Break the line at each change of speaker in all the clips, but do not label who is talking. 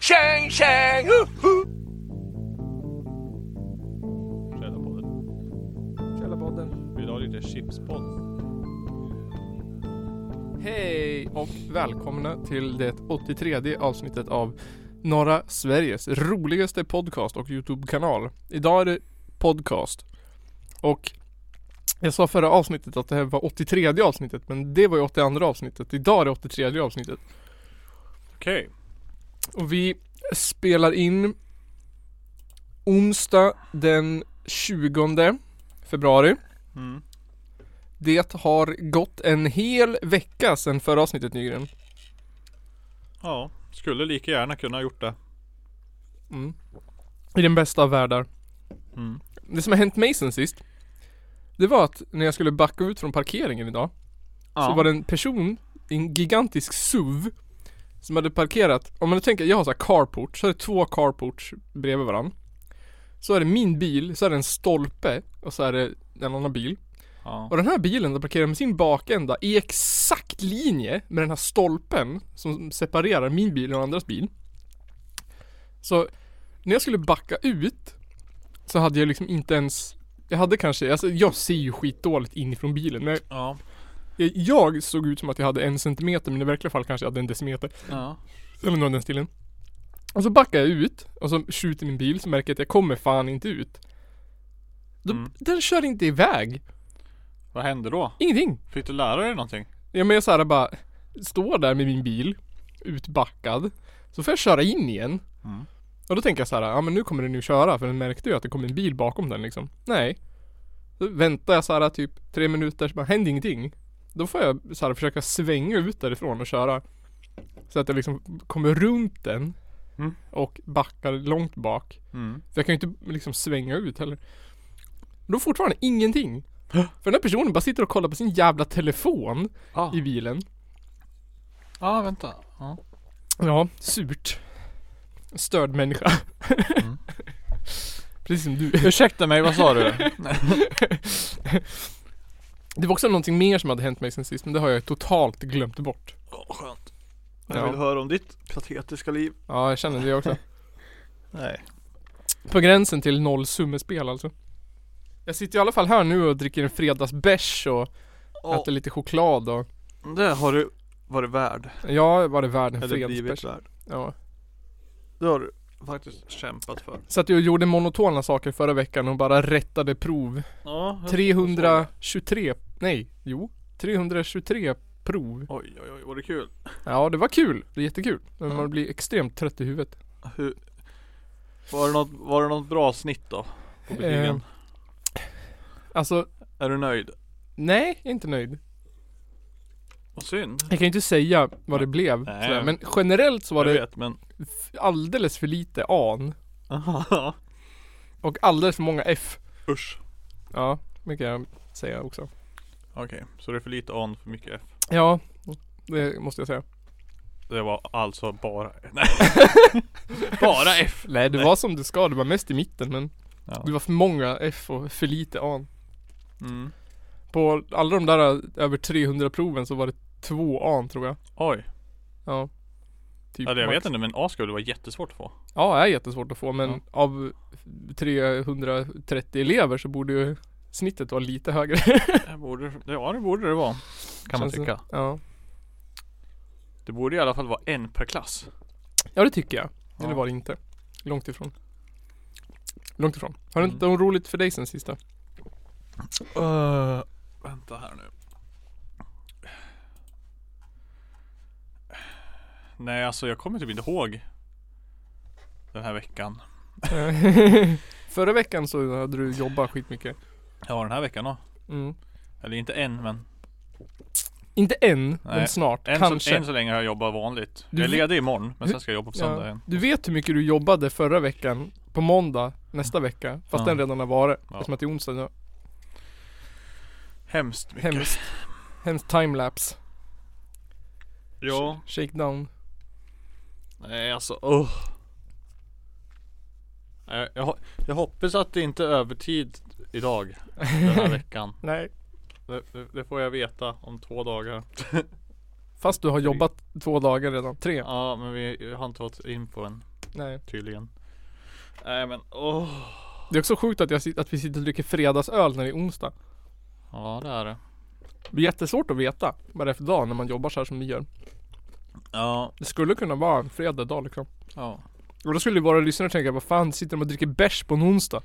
Tjäng, tjäng, hu, hu.
Källarpodden.
Källarpodden.
Vill du ha lite chipspodd?
Hej och välkomna till det 83 avsnittet av norra Sveriges roligaste podcast och Youtube-kanal. Idag är det podcast. Och jag sa förra avsnittet att det här var 83 avsnittet, men det var ju 82 avsnittet. Idag är det 83 avsnittet.
Okej.
Och vi spelar in onsdag den 20 februari.
Mm.
Det har gått en hel vecka sedan förra avsnittet Nygren.
Ja, skulle lika gärna kunna ha gjort det.
Mm. I den bästa av världar.
Mm.
Det som har hänt mig sen sist. Det var att när jag skulle backa ut från parkeringen idag. Så var det en person i en gigantisk SUV. Som hade parkerat. Om man tänker, jag har så här carport. Så är det två carports bredvid varandra. Så är det min bil, så är det en stolpe. Och så är det en annan bil.
Ja.
Och den här bilen den parkerar med sin bakända i exakt linje med den här stolpen som separerar min bil och andras bil. Så när jag skulle backa ut så hade jag liksom inte ens jag hade kanske, alltså jag ser ju skitdåligt inifrån bilen men
Ja.
jag, jag såg ut som att jag hade en centimeter men i verkliga fall kanske jag hade en decimeter.
Ja.
Eller någon i den stilen. Och så backar jag ut och så skjuter min bil så märker jag att jag kommer fan inte ut. Då,
Mm.
Den kör inte iväg.
Vad hände då?
Ingenting.
Fick du lära dig någonting?
Ja men jag såhär bara Står där med min bil Utbackad Så får jag köra in igen
Mm.
Och då tänker jag så här, ja men nu kommer den ju köra för den märkte ju att det kom en bil bakom den liksom Nej Så väntar jag så här typ tre minuter så bara händer ingenting Då får jag så här försöka svänga ut därifrån och köra Så att jag liksom kommer runt den
Mm.
Och backar långt bak
Mm.
För jag kan ju inte liksom svänga ut heller Då fortfarande ingenting För den här personen bara sitter och kollar på sin jävla telefon
Ah.
i bilen
ah, vänta. Ja.
Ja, surt. Störd människa.
Mm.
Precis som du.
Ursäkta mig, vad sa du?
Det var också någonting mer som hade hänt mig sen sist, men det har jag totalt glömt bort.
oh, skönt.
Ja.
höra om ditt patetiska liv.
Ja, jag känner det också.
Nej.
På gränsen till nollsummespel alltså. Jag sitter i alla fall här nu och dricker en fredagsbärs och äter lite choklad och...
Det har du varit värd.
Ja, var det värd en
Eller blivit
fredagsbärs?
värd.
Ja.
Det har du faktiskt kämpat för.
Så att jag gjorde monotona saker förra veckan och bara rättade prov.
Ja, jag-
323... Nej, jo. 323 prov.
Oj, oj, oj, var det kul?
Ja, det var kul. Det är jättekul. Men
Ja.
man blir extremt trött i huvudet.
Hur... Var, det något, var det något bra snitt då? På betygen?
Eh, Alltså,
Är du nöjd?
nej, jag är inte nöjd.
Vad synd.
Jag kan ju inte säga vad det blev.
Nej.
sådär, Men generellt så var
jag
det
vet men...
f- alldeles för lite an
Aha,
och alldeles för många f.
Usch.
Ja, det kan jag säga också.
Okej, så det är för lite on, för mycket F.
Ja, det måste jag säga.
Det var alltså bara... Nej. bara F.
Nej, det var som det ska. Det var mest i mitten, men
Ja.
det var för många f och för lite an.
Mm.
På alla de där eh, över 300 proven så var det två an tror jag.
Oj.
Ja. Typ
Eller jag
max.
vet inte men A skulle vara jättesvårt att få.
Ja, det är jättesvårt att få men
Ja.
av 330 elever så borde ju snittet vara lite högre.
Det borde...
Ja det borde det vara. Kan man
Känns det.
tycka.
Ja.
Det borde i alla fall vara en per klass.
ja, det tycker jag.
Ja.
Eller var det inte. Långt ifrån. Långt ifrån. Har det
Mm.
inte varit roligt för dig sen sista?
Uh, vänta här nu.
Nej alltså jag kommer typ inte ihåg Den här veckan
Förra veckan så hade du jobbat skitmycket.
Ja den här veckan då
Mm.
Eller inte än men
Inte än, men
Nej.
snart.
Än så,
Kanske.
än så länge har jag jobbat vanligt
Du
Jag är
vet-
ledig imorgon men
Hur-
sen ska jag jobba på söndag
ja.
igen
Du vet hur mycket du jobbade förra veckan på måndag nästa vecka. Fast
Mm. Ja.
den redan har varit.
Ja.
Eftersom att det är onsdag nu.
Hemskt mycket
Hemskt. Hemskt timelapse.
Ja.
Shakedown.
Nej alltså, oh. jag, jag, ho- jag hoppas att det inte är övertid idag den här veckan.
Nej.
Det, det, det får jag veta om två dagar.
Fast du har jobbat två dagar redan. Tre.
Ja men vi har inte fått in på en
Nej.
tydligen. Nej men åh.
Det är också sjukt att, jag, sit- att vi sitter och dricker fredagsöl när det är onsdag.
Ja det är det.
Det blir jättesvårt att veta vad det är för dag när man jobbar så här som vi gör.
Ja.
Det skulle kunna vara en fredag dag liksom.
Ja.
Och då skulle ju våra lyssnare tänka, vad fan sitter de och dricker bärs på en onsdag? Då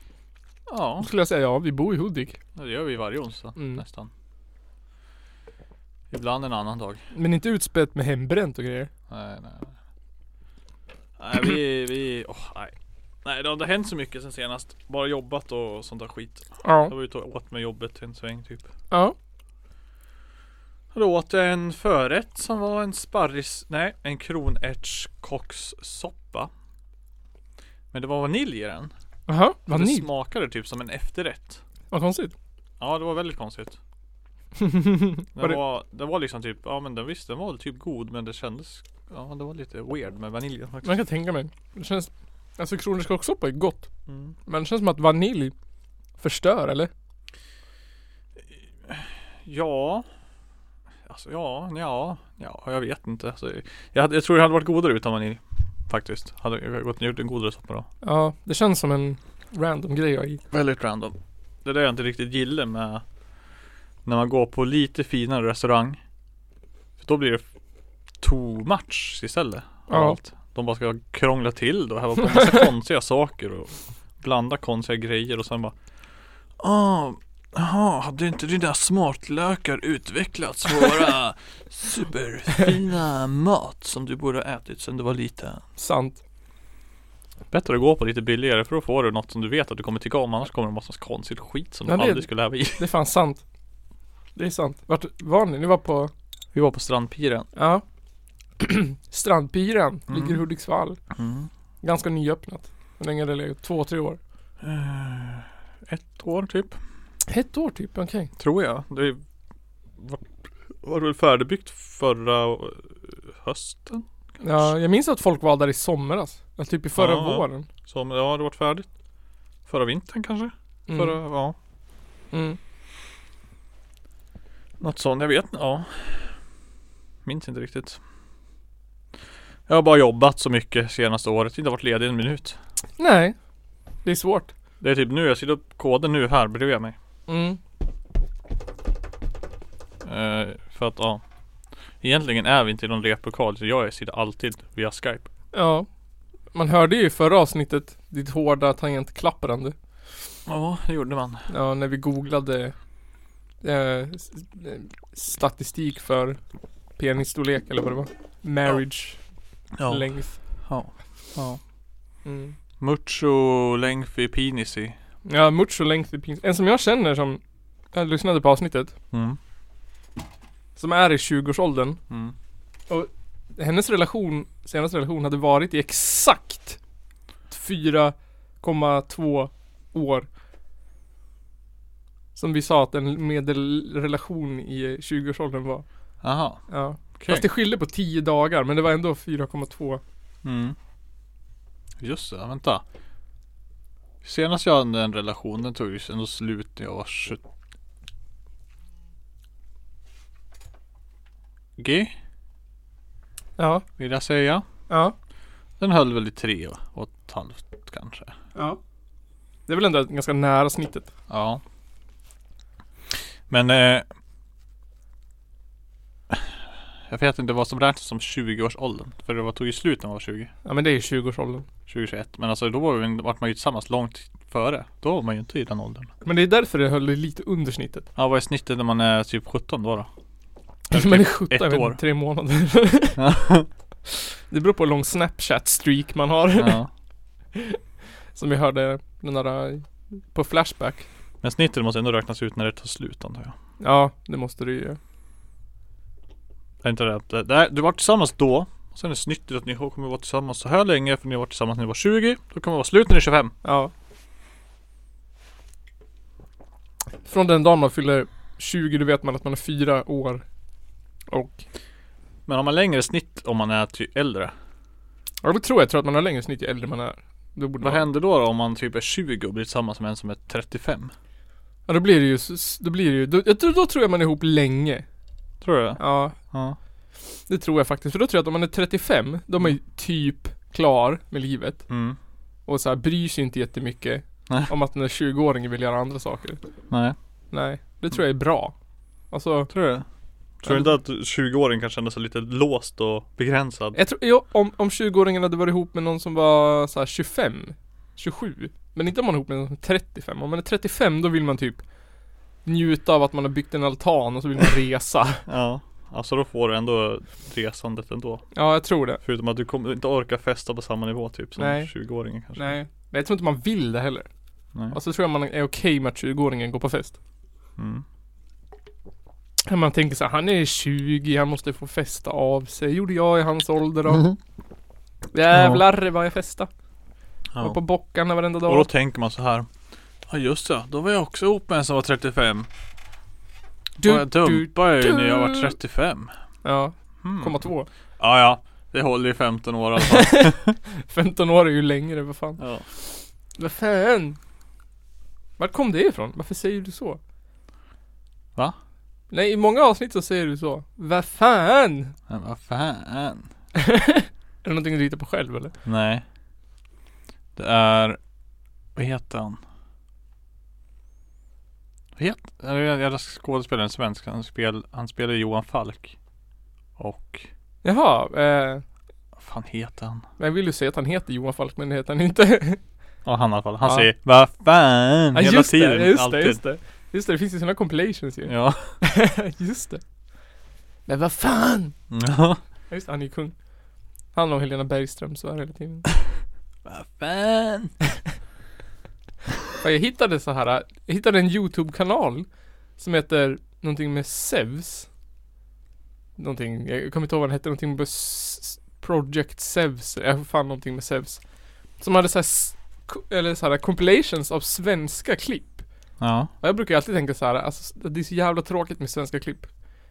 Ja
skulle jag säga, ja vi bor i Hudik.
det gör vi varje onsdag
Mm.
nästan. Ibland en annan dag.
Men inte utspätt med hembränt och grejer.
Nej nej. Nej vi, vi, åh nej. Nej det har inte hänt så mycket sen senast. Bara jobbat och sånt där skit. Jag
Ja.
var ute och åt med jobbet en sväng typ.
Ja.
Och Då åt jag en förrätt som var en sparris, nej en kronärtskockssoppa. Men det var vanilj i den.
Aha.
Det
Vanilj.
smakade typ som en efterrätt.
Vad konstigt.
Ja det var väldigt konstigt. Det
Var
var,
det-
var, det var liksom typ, ja men den visst den var typ god men det kändes, ja det var lite weird med vaniljen faktiskt.
Man kan tänka mig. Det känns... Alltså kronärtskockssoppa är gott.
Mm.
Men det känns som att vanilj förstör eller?
Ja. Alltså ja, ja, ja, jag vet inte. Alltså, jag, hade- jag tror det hade varit godare utan vanilj. Faktiskt. Hade jag gått och gjort en godare soppa då.
Ja. Det känns som en random grej jag i.
Väldigt random. Det där jag inte riktigt gillar med när man går på lite finare restaurang. För då blir det too much istället. av
Ja.
Allt. De bara ska krångla till det och hälla på en massa konstiga saker och blanda konstiga grejer och sen bara Åh, jaha, hade inte dina smartlökar utvecklats våra superfina mat som du borde ha ätit sedan du var liten?
Sant.
Bättre att gå på lite billigare för då får du något som du vet att du kommer tycka om annars kommer det en massa konstigt skit som
Ja,
du
det-
aldrig skulle ha i.
Det är fan sant. Det är sant. Vart var ni? Ni var på...
Vi var på strandpiren.
Ja. Strandpiren.
Mm.
Ligger i Hudiksvall. Mm. Ganska nyöppnat. Hur länge har det legat? Två, tre år?
Eh, Ett år typ,
Ett år typ, okej.
tror jag. Det var, var väl färdigbyggt förra eh, hösten?
Ja, jag minns att folk var där i somras. Ja, typ i förra
Ja.
våren.
Som, ja det varit färdigt. Förra vintern kanske?
Mm.
Förra, ja.
Mm.
Något sånt, jag vet Ja. Minns inte riktigt. Jag har bara jobbat så mycket senaste året. Inte varit ledig en minut.
Nej. Det är svårt.
Det är typ nu, jag sitter upp koden nu här bredvid mig.
Mm.
Eh, för att ja. Egentligen är vi inte i någon replokal. Så jag sitter alltid via Skype.
Ja. Man hörde ju i förra avsnittet ditt hårda tangentklapprande.
Ja, det gjorde man.
Ja, när vi googlade eh, s- eh, statistik för penisstorlek eller vad det var. Marriage
Ja.
length.
ja. ja.
Mm.
Mucho lengthy penisi.
Ja, mucho length i pins. En som jag känner som, jag lyssnade på avsnittet,
Mm.
som är i 20-årsåldern.
Mm.
Hennes relation, senaste relation hade varit i exakt 4,2 år. Som vi sa att en medelrelation i 20-årsåldern var.
Aha.
Ja.
Okej.
Fast det skilde på 10 dagar men det var ändå 4,2.
Mm. Just det, vänta. Senast jag hade en relation, den tog ju ändå slut när jag var 20. G,
Ja.
vill jag säga.
Ja.
Den höll väl i tre och ett halvt kanske.
Ja. Det är väl ändå ganska nära snittet.
Ja. Men eh, Jag vet inte vad som räknas som 20-årsåldern. För det var, tog ju slut när man var 20.
Ja men det är i 20-årsåldern.
2021. Men alltså då var vi, vart man ju tillsammans långt före. Då var man ju inte i den åldern.
Men det är därför det höll det lite under snittet. Alltså,
Ja vad är snittet när man är typ 17 då då?
Men det är 17
ett
jag vet
år.
inte, tre månader. det beror på hur lång snapchat-streak man har.
Ja.
Som vi hörde den där eh, på Flashback.
Men snittet måste ändå räknas ut när det tar slut antar jag.
Ja, det måste du ju.
Är inte det? det, det är, du var tillsammans då. Och sen är snittet att ni kommer vara tillsammans så här länge. För ni har varit tillsammans när ni var 20. Då kommer det vara slut när ni är 25.
Ja. Från den dagen man fyller 20, då vet man att man är fyra år. Och...
Men har man längre snitt om man är ty- äldre?
Ja, det tror jag. Jag tror att man har längre snitt ju äldre man är. Då borde
Vad
man...
händer då, då om man typ är 20 och blir tillsammans med en som är 35?
Ja, då blir det ju... s- s- Då blir det ju... Då, jag tror- då tror jag man är ihop länge.
Tror du det?
Ja.
Ja.
Det tror jag faktiskt, för då tror jag att om man är 35, då är man ju typ klar med livet.
Mm.
Och så här bryr sig inte jättemycket
Nej.
om att den där 20-åringen vill göra andra saker.
Nej.
Nej, det tror jag är bra. Alltså,
Tror du det? Tror du inte att 20-åringen kan känna sig lite låst och begränsad?
jag tror, ja, om, om 20-åringen hade varit ihop med någon som var så här 25, 27. Men inte om man är ihop med någon som är 35. Om man är 35 då vill man typ njuta av att man har byggt en altan och så vill man resa.
Ja. Alltså då får du ändå resandet ändå.
Ja, jag tror det.
Förutom att du kommer inte orka festa på samma nivå typ som
Nej.
20-åringen kanske.
Nej. Men jag tror inte man vill det heller.
Nej.
Och så tror jag man är okej med att 20-åringen går på fest.
Mm.
Man tänker så här, han är 20, han måste få festa av sig. gjorde jag i hans ålder då. Jävlar vad jag festade.
Ja.
Var på bockarna varenda
Och då
dag.
tänker man så här. Ja just det, då var jag också ihop med en som var 35.
Du,
och jag dumpade ju
du.
när jag var 35.
Ja,
Hmm.
komma två.
Ja ja, det håller i 15 år i alla fall.
15 år är ju längre, vad fan.
ja.
Vad fan? Vart kom det ifrån? Varför säger du så?
Va?
Nej, i många avsnitt så säger du så. Vad fan? Är
Men vad fan.
det någonting du hittar på själv eller?
Nej. Det är, vad heter han? Vad heter, är det en jävla skådespelare, en svensk. Han, spel, han spelar Johan Falk. Och,
Jaha, eh,
vad fan heter han?
men jag vill ju säga att han heter Johan Falk men det heter han inte.
Ja han i alla fall. Han
Ja.
säger vad fan
Ja,
Mm. hela
just
tiden.
det, just
alltid.
det, just det. Just det, det finns ju sådana compilations ju.
Ja.
just det. Men vad fan?
Ja.
Ja, just det, han är ju kung. Han och Helena Bergström så här hela tiden.
Vad fan.
Ja, jag hittade så här. Jag hittade en YouTube-kanal som heter någonting med Sevs. Någonting, jag kommer inte ihåg vad den hette, någonting med s- Project Sevs. Jag fann någonting med Sevs. Som hade så här, s- ko- eller så här compilations av svenska klipp.
Ja.
Och jag brukar ju alltid tänka så här, alltså det är så jävla tråkigt med svenska klipp.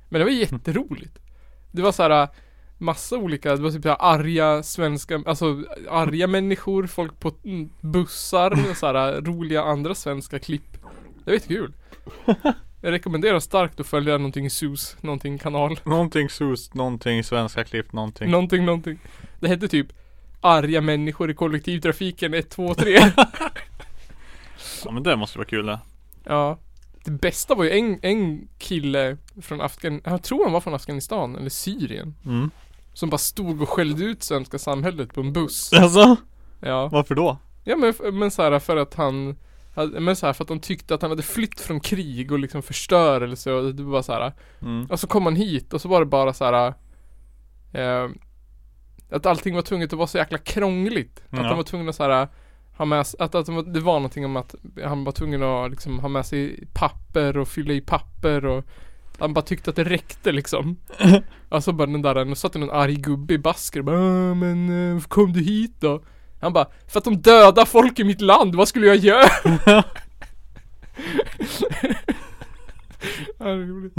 Men det var jätteroligt. Det var så här massa olika, det var typ så här arga svenska, alltså arga människor, folk på mm, bussar, och så här roliga andra svenska klipp. Det var jättekul. Jag rekommenderar starkt att följa någonting SUS, någonting kanal,
Någonting sus, någonting svenska klipp, någonting.
någonting, någonting. Det hette typ Arga människor i kollektivtrafiken 1, 2, 3.
Ja men det måste vara kul det.
Ja. Det bästa var ju en, en kille från Afghanistan, jag tror han var från Afghanistan eller Syrien.
Mm.
Som bara stod och skällde ut svenska samhället på en buss.
Alltså,
Ja.
varför då?
Ja men, f- men så här för att han hade- men så här för att de tyckte att han hade flytt från krig och liksom förstörelse och det var bara så här.
Mm.
Och så kom han hit och så var det bara så här. Eh, att allting var tvunget att vara så jäkla krångligt. Att
Ja.
de var tvungna att så här ha med sig, att, att de var, det var någonting om att han var tvungen att liksom ha med sig papper och fylla i papper och han bara tyckte att det räckte liksom. Alltså bara den där, nu satt det någon arg gubbe i basker och bara "Ah, men eh, varför kom du hit då? Han bara, för att de dödar folk i mitt land, vad skulle jag göra? Ja, det är roligt.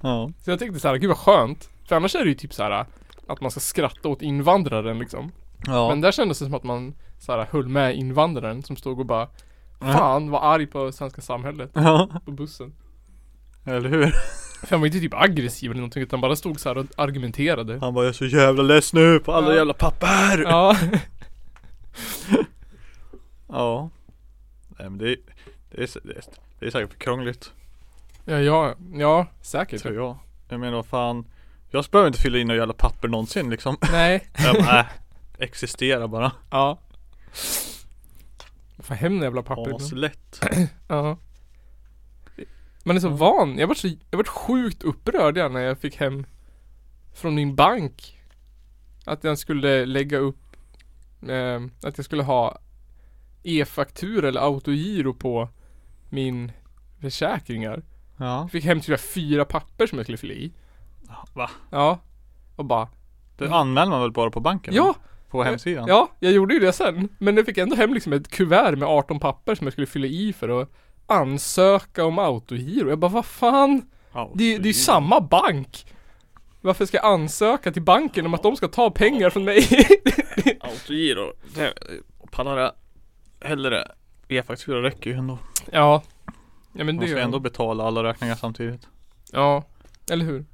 Ja.
Så jag tänkte såhär, gud vad skönt. För annars är det ju typ såhär att man ska skratta åt invandraren liksom.
Ja.
Men där kändes det som att man såhär höll med invandraren som stod och bara Fan var arg på svenska samhället
ja.
på bussen.
Eller hur?
För han var inte typ aggressiv eller någonting utan bara stod såhär och argumenterade.
Han bara jag är så jävla less nu på alla
Ja.
jävla papper.
Ja.
Ja. Nej men det är, det är, det är, det är säkert för krångligt.
Ja, ja, ja säkert.
Tror jag. Jag menar vad fan. Jag behöver inte fylla in några jävla papper någonsin liksom.
Nej.
Jag bara, äh, existera bara.
Ja. Få hem den jävla papper ibland.
Aslätt.
Ja. Man är så van. Jag vart så, jag vart sjukt upprörd jag när jag fick hem från min bank. Att jag skulle lägga upp, eh, att jag skulle ha e-faktura eller autogiro på min försäkringar.
Ja.
Jag fick hem typ fyra papper som jag skulle fylla i.
Va?
Ja. Och bara,
Det anmäler man väl bara på banken?
ja,
På hemsidan?
ja, jag gjorde ju det sen. Men jag fick ändå hem liksom ett kuvert med 18 papper som jag skulle fylla i för att ansöka om autogiro. Jag bara, vad fan?
Ja,
Det, det är ju samma bank! Varför ska jag ansöka till banken om att de ska ta pengar från mig?
Autogiro. Det pallar jag hellre. E-faktura räcker ju ändå.
ja. Ja men det
Man
är ju...
ska ändå betala alla räkningar samtidigt.
Ja. Eller hur?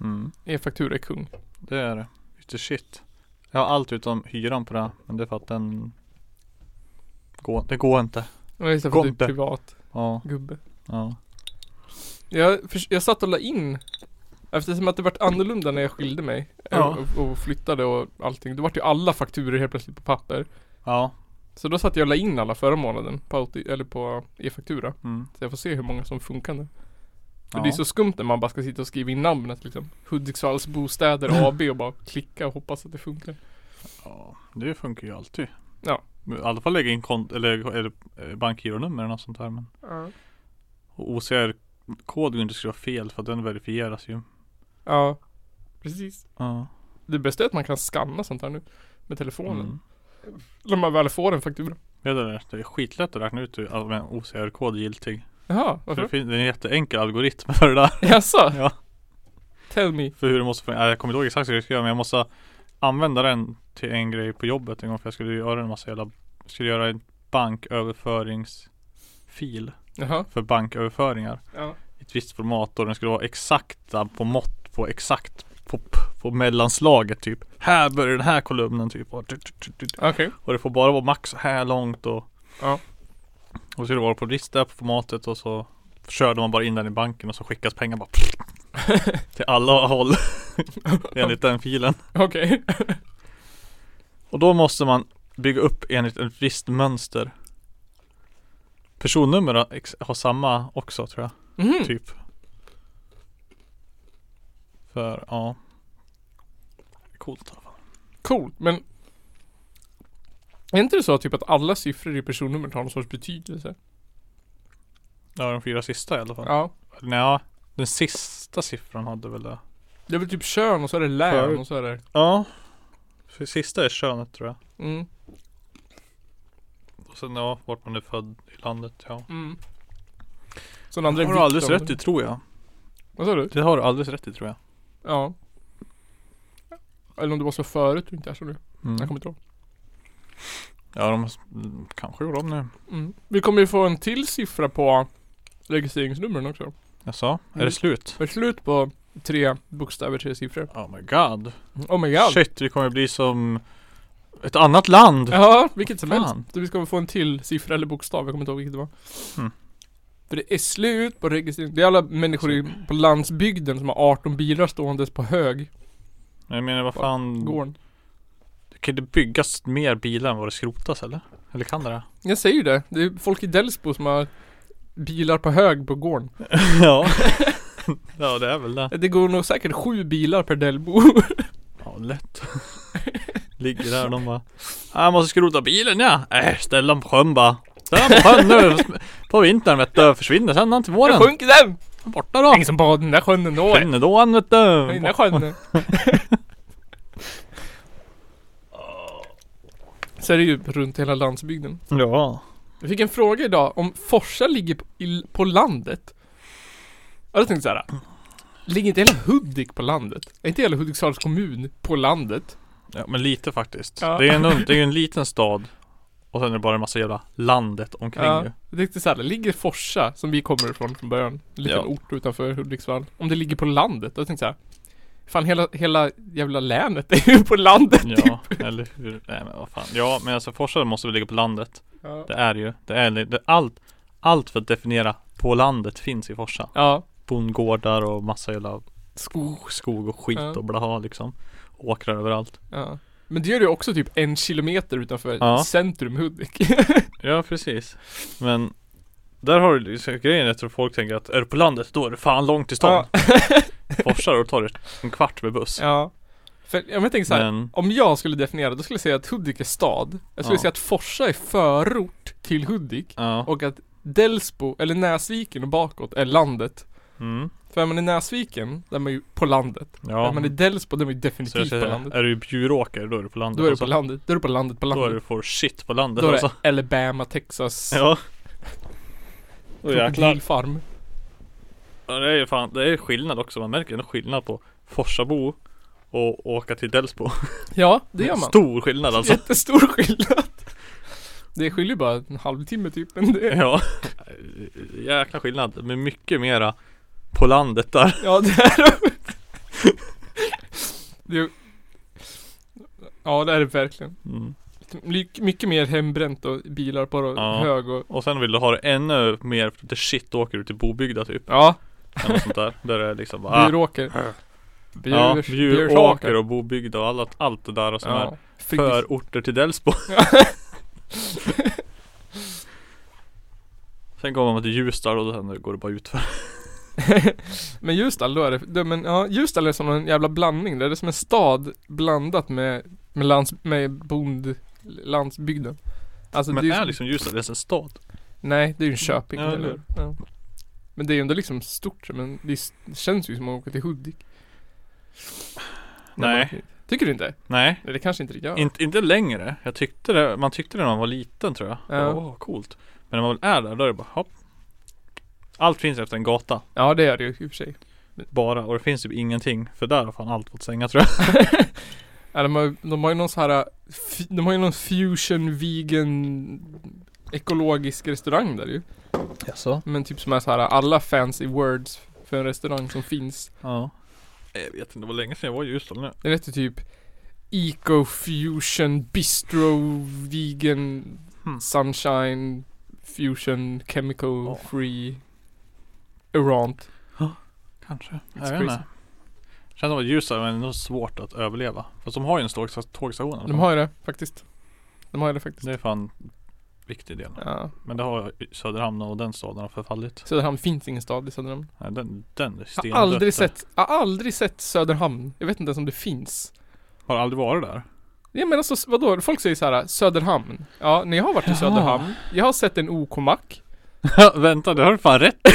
Mm.
E-faktura är kung.
Det är det. It's the shit. Jag har allt utom hyran på det här, men det är för att den går, det går inte.
Och det är så för att du
Konte.
är privat
Ja,
gubbe.
ja.
Jag, förs- jag satt och la in Eftersom att det vart annorlunda när jag skilde mig eh,
Ja.
och, och flyttade och allting. Då vart ju alla fakturer helt plötsligt på papper.
Ja,
Så då satt jag och la in alla förra månaden på, auti- eller på e-faktura.
mm.
Så jag får se hur många som funkar nu. För
ja.
det är så skumt när man bara ska sitta och skriva in namnet liksom. Hudiksvalls bostäder AB och bara klicka och hoppas att det funkar.
ja, det funkar ju alltid.
Ja.
Men I alla fall lägga in kont- eller, eller eh, bankgironummer eller något sånt där. Men och OCR-kod går inte att skriva fel för att den verifieras ju.
Ja, precis.
Ja.
Det bästa är att man kan scanna sånt här nu. Med telefonen.
Mm.
När man väl får en faktura.
Ja, det, är, det är skitlätt att räkna ut hur all- en OCR-kod är giltig.
Jaha,
För
varför
det
då?
finns det är en jätteenkel algoritm för det där.
Jaså?
Mm. Ja.
Tell me.
För hur det måste fungera. Jag kommer inte ihåg exakt hur jag ska göra men jag måste använda den till en grej på jobbet en gång för jag skulle göra en massa jävla jag skulle göra en banköverföringsfil
Jaha.
för banköverföringar
Ja.
i ett visst format och den skulle vara exakta på mått på exakt på, på mellanslaget typ. Här börjar den här kolumnen typ och,
Okej.
och det får bara vara max så här långt och
Ja.
och så skulle det vara på list där på formatet och så körde man bara in den i banken och så skickas pengar bara till alla håll enligt den filen.
Okej.
Och då måste man bygga upp enligt ett visst mönster Personnummer har, ex- har samma också tror jag,
Mhm.
typ För, ja Coolt i alla fall
Coolt, men är inte det så typ att alla siffror i personnumret har någon sorts betydelse?
Ja, de fyra sista i alla fall
Ja.
Nja, den sista siffran hade väl det
Det är väl typ kön och så är det län
Förut.
och så är det...
Ja För Sista är könet tror jag
Mm.
Och sen ja, vart man är född i landet, ja
Mm. Så den andra
Det
är
har du alldeles
vikt av
rätt i tror jag
Vad sa du?
Det har du alldeles rätt i tror jag
Ja. Eller om det var så förut och inte är så nu. Jag kommer inte ihåg.
Mm. Ja, de mm, kanske går om nu
Mm. Vi kommer ju få en till siffra på registreringsnumren också.
Jaså, är det
Mm.
slut?
För slut på tre bokstäver, tre siffror.
Oh my god
Oh my god.
Shit, vi kommer bli som ett annat land.
Ja, vilket som
Fan.
helst. Så vi ska få en till siffra eller bokstav, jag kommer inte ihåg vilket det var.
Mm.
För det är slut på registrering. Det är alla människor i, på landsbygden som har 18 bilar ståendes på hög.
Jag menar vad fan.
Gården.
Kan det byggas mer bilar än vad det skrotas eller? Eller kan det det?
Jag säger ju det. Det är folk i Delsbo som har bilar på hög på gården.
ja. ja det är väl det.
Det går nog säkert sju bilar per Delbo.
Ja lätt. Ligger där och de bara. "Ah, Jag måste skrota bilen ja. Äh, ställ den på sjön bara. Ställ den på sjön nu. På vintern vet du. Försvinner sen den till
Jag
våren.
sjunker den!
Borta då.
Ingen som bad i den där sjön ändå.
Försvinner då han vet du.
Den där sjön. Så är det ju runt hela landsbygden.
Ja.
Jag fick en fråga idag om Forsa ligger på, i, på landet. Ja, då tänkte jag så här. Ligger inte hela Hudik på landet? Är inte hela Hudiksvalls kommun på landet?
Ja men lite faktiskt.
Ja.
Det är ju en, det är ju en liten stad. Och sen är det bara en massa jävla landet omkring
Ja.
ju.
Jag tänkte så här, ligger Forsa, som vi kommer ifrån från början, en liten
Ja.
ort utanför Hudiksvall, om det ligger på landet? Då tänkte jag så här. Fan hela, hela jävla länet är ju på landet typ.
Ja, eller hur? Nej men vad fan. Ja, men alltså Forsa måste väl ligga på landet.
Ja.
Det är ju, det är, det är allt, allt för att definiera på landet finns i Forsa.
ja.
Bondgårdar och massa jävla
Skog.
skog och skit
Ja.
och blaha liksom. Åkrar överallt.
Ja. Men det gör det också typ en kilometer utanför
Ja.
centrum Hudik.
Ja, precis. Men där har du så grejen, jag tror folk tänker att är du på landet då är det fan långt till stan. Forsa då tar det en kvart med buss.
ja. För om jag tänker så här,
Men,
om jag skulle definiera det, skulle jag säga att Hudik är stad. Jag skulle
Ja.
säga att Forsa är förort till Hudik.
ja.
Och att Delsbo, eller Näsviken och bakåt, är landet.
Mm.
För är man i Näsviken, där är man ju på landet. Är
Ja.
man i Delsbo, där är man ju
Så jag
definitivt på
säger,
landet.
är du i Bjuråker då är du på landet.
Då är du
alltså.
på landet, då är du på landet, på
Då är du
landet.
for shit på landet
Då är
alltså.
det Alabama, Texas,
Ja. Då jäklar.
krokodilfarm.
Ja, det är ju fan, det är skillnad också. Man märker en skillnad på Forsabo och åka till Delsbo.
Ja, det gör man.
Stor skillnad alltså.
Jättestor skillnad. Det skiljer bara en halvtimme typ. Men det,
Ja. Jäkla skillnad. Men mycket mera på landet där.
ja, det är Det är, ja det är det verkligen.
Mm.
Lik- Mycket mer hembränt och bilar på
Ja.
hög och
Och sen vill du ha det ännu mer för att shit åker ut i Bobygda typ.
Ja,
Eller något sånt där. Där det är liksom bara, ah,
Bjuråker. Bjur,
ja, Bjuråker och Bobygda och allt, allt det där och som är
För...
förorter till Delsbo. sen kommer man till Ljusdal och sen går det bara utför.
men Ljusdal då är det, det men, ja, Ljusdal är som en jävla blandning. Det är som en stad blandat med, med, lands, med bond, landsbygden. Alltså,
Men
det
är
ju-
liksom Ljusdal ens en stad?
Nej, det är ju en Köping.
Ja,
eller?
det-
Ja. Men det är ju ändå liksom stort, men det, är s- det känns ju som att åka till Hudik.
Nej.
När man- Tycker du inte?
Nej.
Nej, det kanske inte det gör.
Inte, inte längre. Jag tyckte det, man tyckte det när man var liten tror jag.
Ja.
Ja. Åh, coolt. Men när man väl är där, då är det bara hopp. Allt finns efter en gata.
ja, det gör det ju i och för sig.
Bara. Och det finns typ ingenting. För där har fan allt fått svänga tror jag.
Ja, de, har, de har ju någon så här, f- de har ju någon fusion vegan ekologisk restaurang där ju.
Jaså?
Men typ som är så här alla fancy words för en restaurang som finns.
Ja. Eh, Jag vet inte, det var länge sedan jag var i Ljusdal nu.
Den heter typ Eco Fusion Bistro Vegan
Hmm.
Sunshine Fusion Chemical
Ja.
Free Erant.
Kanske.
It's
Jag vet inte.
crazy.
Känns som att Ljusdal är ändå svårt att överleva. Fast de har ju en stå- tågstation i alla
De
fall.
har ju det faktiskt. De har ju det faktiskt.
Det är fan viktig del.
Ja.
Men det har Söderhamn och den staden har förfallit.
Söderhamn finns ingen stad i Söderhamn.
Nej, den, den är
Jag
stendött.
har aldrig sett, jag har aldrig sett Söderhamn. Jag vet inte ens om det finns.
Har aldrig varit där.
Ja men alltså vadå? Folk säger så här Söderhamn. Ja, när jag har varit i
Jaha.
Söderhamn. Jag har sett en OK-mack.
Ja, vänta, det har du fan rätt i.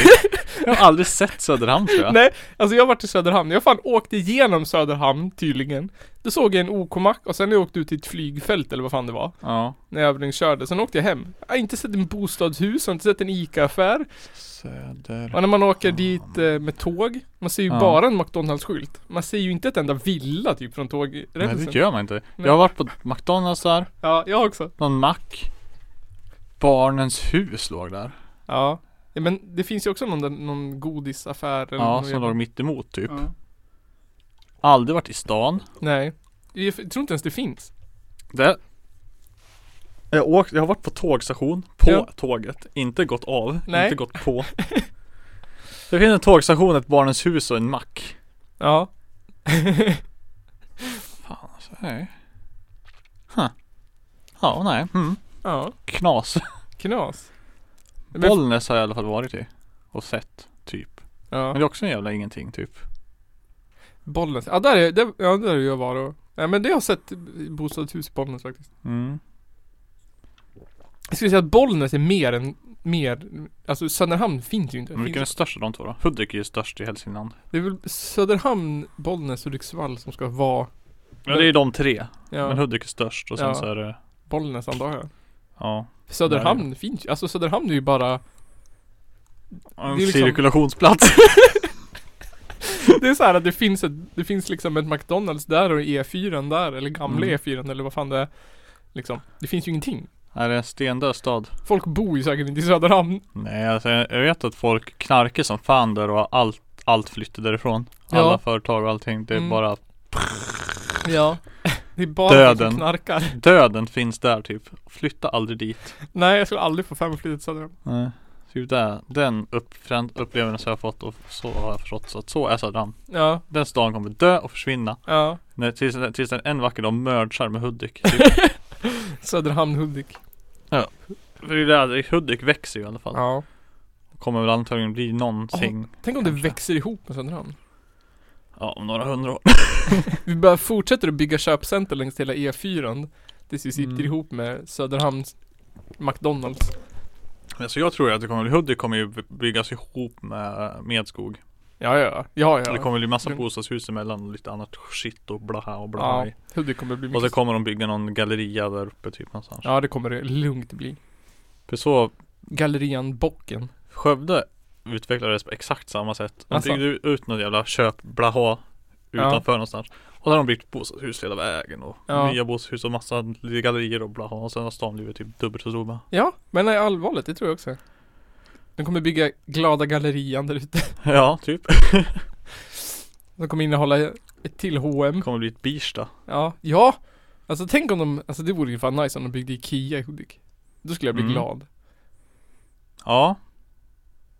Jag har aldrig sett Söderhamn tror jag.
Nej, alltså jag har varit i Söderhamn. Jag har fan åkt igenom Söderhamn tydligen. Då såg jag en OK-mack och sen när jag åkte ut till ett flygfält eller vad fan det var.
Ja.
När jag övningskörde. Sen åkte jag hem. Jag har inte sett en bostadshus, jag har inte sett en ICA-affär.
Söder...
Och när man åker dit eh, med tåg. Man ser ju
Ja.
bara en McDonalds-skylt. Man ser ju inte ett enda villa typ från
Nej det
tågrälsen.
gör man inte. Jag har varit på McDonalds där,
Ja, jag också.
någon mack. Barnens hus låg där.
Ja. ja men det finns ju också någon, där- någon godisaffär. eller
Ja,
någon
som
jävla-
låg mitt emot typ.
Ja.
Aldrig varit i stan.
Nej. Jag tror inte ens det finns.
Det... Jag, åkt, jag har varit på tågstation, på
Ja.
tåget. Inte gått av,
Nej.
inte gått på. Det finns en tågstation, ett Barnens hus och en mack.
Ja.
Fan alltså, nej. Huh. Ja, nej. Mm.
ja.
Knas.
Knas. Men-
Bollnäs har jag i alla fall varit i och sett typ. Men
Ja.
det är också en jävla ingenting typ.
Bollnäs. Ja, där är, där, ja, där är jag var och... Ja, men det har jag sett i bostadshus i Bollnäs faktiskt.
Mm.
Jag skulle säga att Bollnäs är mer än... Mer... Alltså Söderhamn finns ju inte.
Men vilken är
Finns,
störst av de två då? Hudik är ju störst i Hälsingland.
det är väl Söderhamn, Bollnäs och Hudiksvall som ska vara...
Ja det är ju de tre.
Ja,
Men Hudik är störst och sen
Ja.
så är det,
Bollnäs antar jag.
ja.
Söderhamn finns ju. Alltså Söderhamn är ju bara...
En
Det är liksom-
cirkulationsplats.
Det är så här att det finns ett... Det finns liksom ett McDonalds där och E4 där. Eller gamla
Mm.
E4 eller vad fan det är. Liksom. Det finns ju ingenting.
är det en stendöd stad?
Folk bor ju säkert inte i Söderhamn.
Nej alltså jag jag vet att folk knarkar som fan där och allt, allt flyttar därifrån. Alla
Ja.
företag och allting. Det är
Mm.
bara
Ja. Det är bara folk
Döden.
som knarkar.
Döden finns där typ. Flytta aldrig dit.
Nej, jag skulle aldrig få fem flyt till Söderhamn.
Nej. Typ där. Den uppfrän- upplevelsen har jag fått och så har jag förstått. Så att så är Söderhamn.
Ja,
Den staden kommer dö och försvinna.
ja.
När, tills, tills den en vacker dag mördsar med Hudik.
Söderhamn, Hudik.
För det är där, Hudik växer ju i alla fall.
Ja.
Kommer väl antagligen bli någonting.
Tänk om det
Kanske.
växer ihop med Söderhamn.
Ja, om några hundra år.
Vi bara fortsätter att bygga köpcenter längs hela E4. Tills vi sitter
Mm.
ihop med Söderhamns McDonalds.
Men så jag tror att det kommer, Hudik kommer ju byggas ihop med Medskog.
Ja, ja, ja. ja,
Det
ja.
kommer bli massa
Mm.
bostadshus emellan och lite annat shit och blaha och blaha.
ja Hudik kommer bli
Och så
mycket.
kommer de bygga någon galleria där uppe typ någonstans.
Ja, det kommer det lugnt bli.
För så
Gallerian Bocken.
Skövde utvecklades på exakt samma sätt. De
Alltså.
byggde ut någon jävla köp blaha utanför någonstans. Och där har de byggt bostadshus hela vägen och
Ja.
nya bostadshus och massa gallerier och blaha. Och sen har stan blivit typ dubbelt så stor bara.
Ja, men nej, allvarligt, det tror jag också. De kommer bygga glada gallerian där ute.
Ja, typ.
Som kommer innehålla ett till H&M
Kommer bli ett Birsta.
Ja, ja! Alltså tänk om de, alltså det vore ju fan nice om de byggde IKEA i Hudik Då skulle jag bli
Mm.
glad
Ja.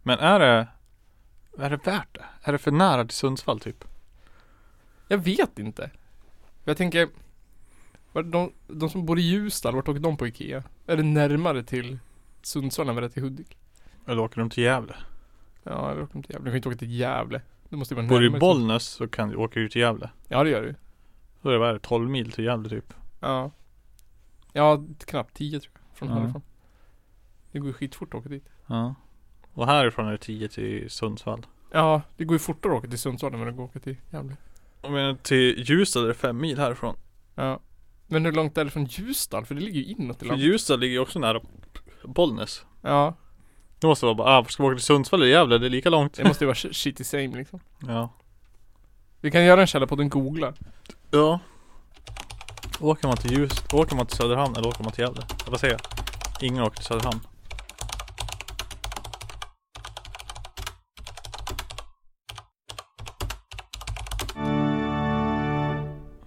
Men är det, är det värt det? Är det för nära till Sundsvall typ?
Jag vet inte Jag tänker var det de, de som bor i Ljusdal, vart åker de på IKEA? Är det närmare till Sundsvall än vad det är till Hudik?
Eller åker de till Gävle?
Ja, eller åker de till Gävle? De kan ju inte åka till Gävle Det måste ju vara
Bor du i
närmare
Bollnäs så kan du åka ut till Gävle.
Sundsvall. Ja, det gör du
Då är det, vad är det 12 mil till Gävle typ.
Ja Ja, knappt 10 tror jag, från
Ja.
härifrån Det går ju skitfort att åka dit
Ja. Och härifrån är det 10 till Sundsvall.
Ja, det går ju fortare att åka till Sundsvall än vad det går att åka till Gävle
Och men till Ljusdal är det 5 mil härifrån.
Ja Men hur långt är det från Ljusdal? För det ligger ju inåt i
För
landet
Ljusdal ligger ju också nära Bollnäs.
Ja,
Det måste vara bara, ah, ska vi åka till Sundsvall eller Gävle? Det är lika långt.
det måste ju vara sh- shit the same liksom
Ja.
Vi kan göra en källa på den googla
Ja. Åker man till Ljus, åker man till Söderhamn eller åker man till Gävle? Ja, Vad säger jag? Ingen åker till Söderhamn.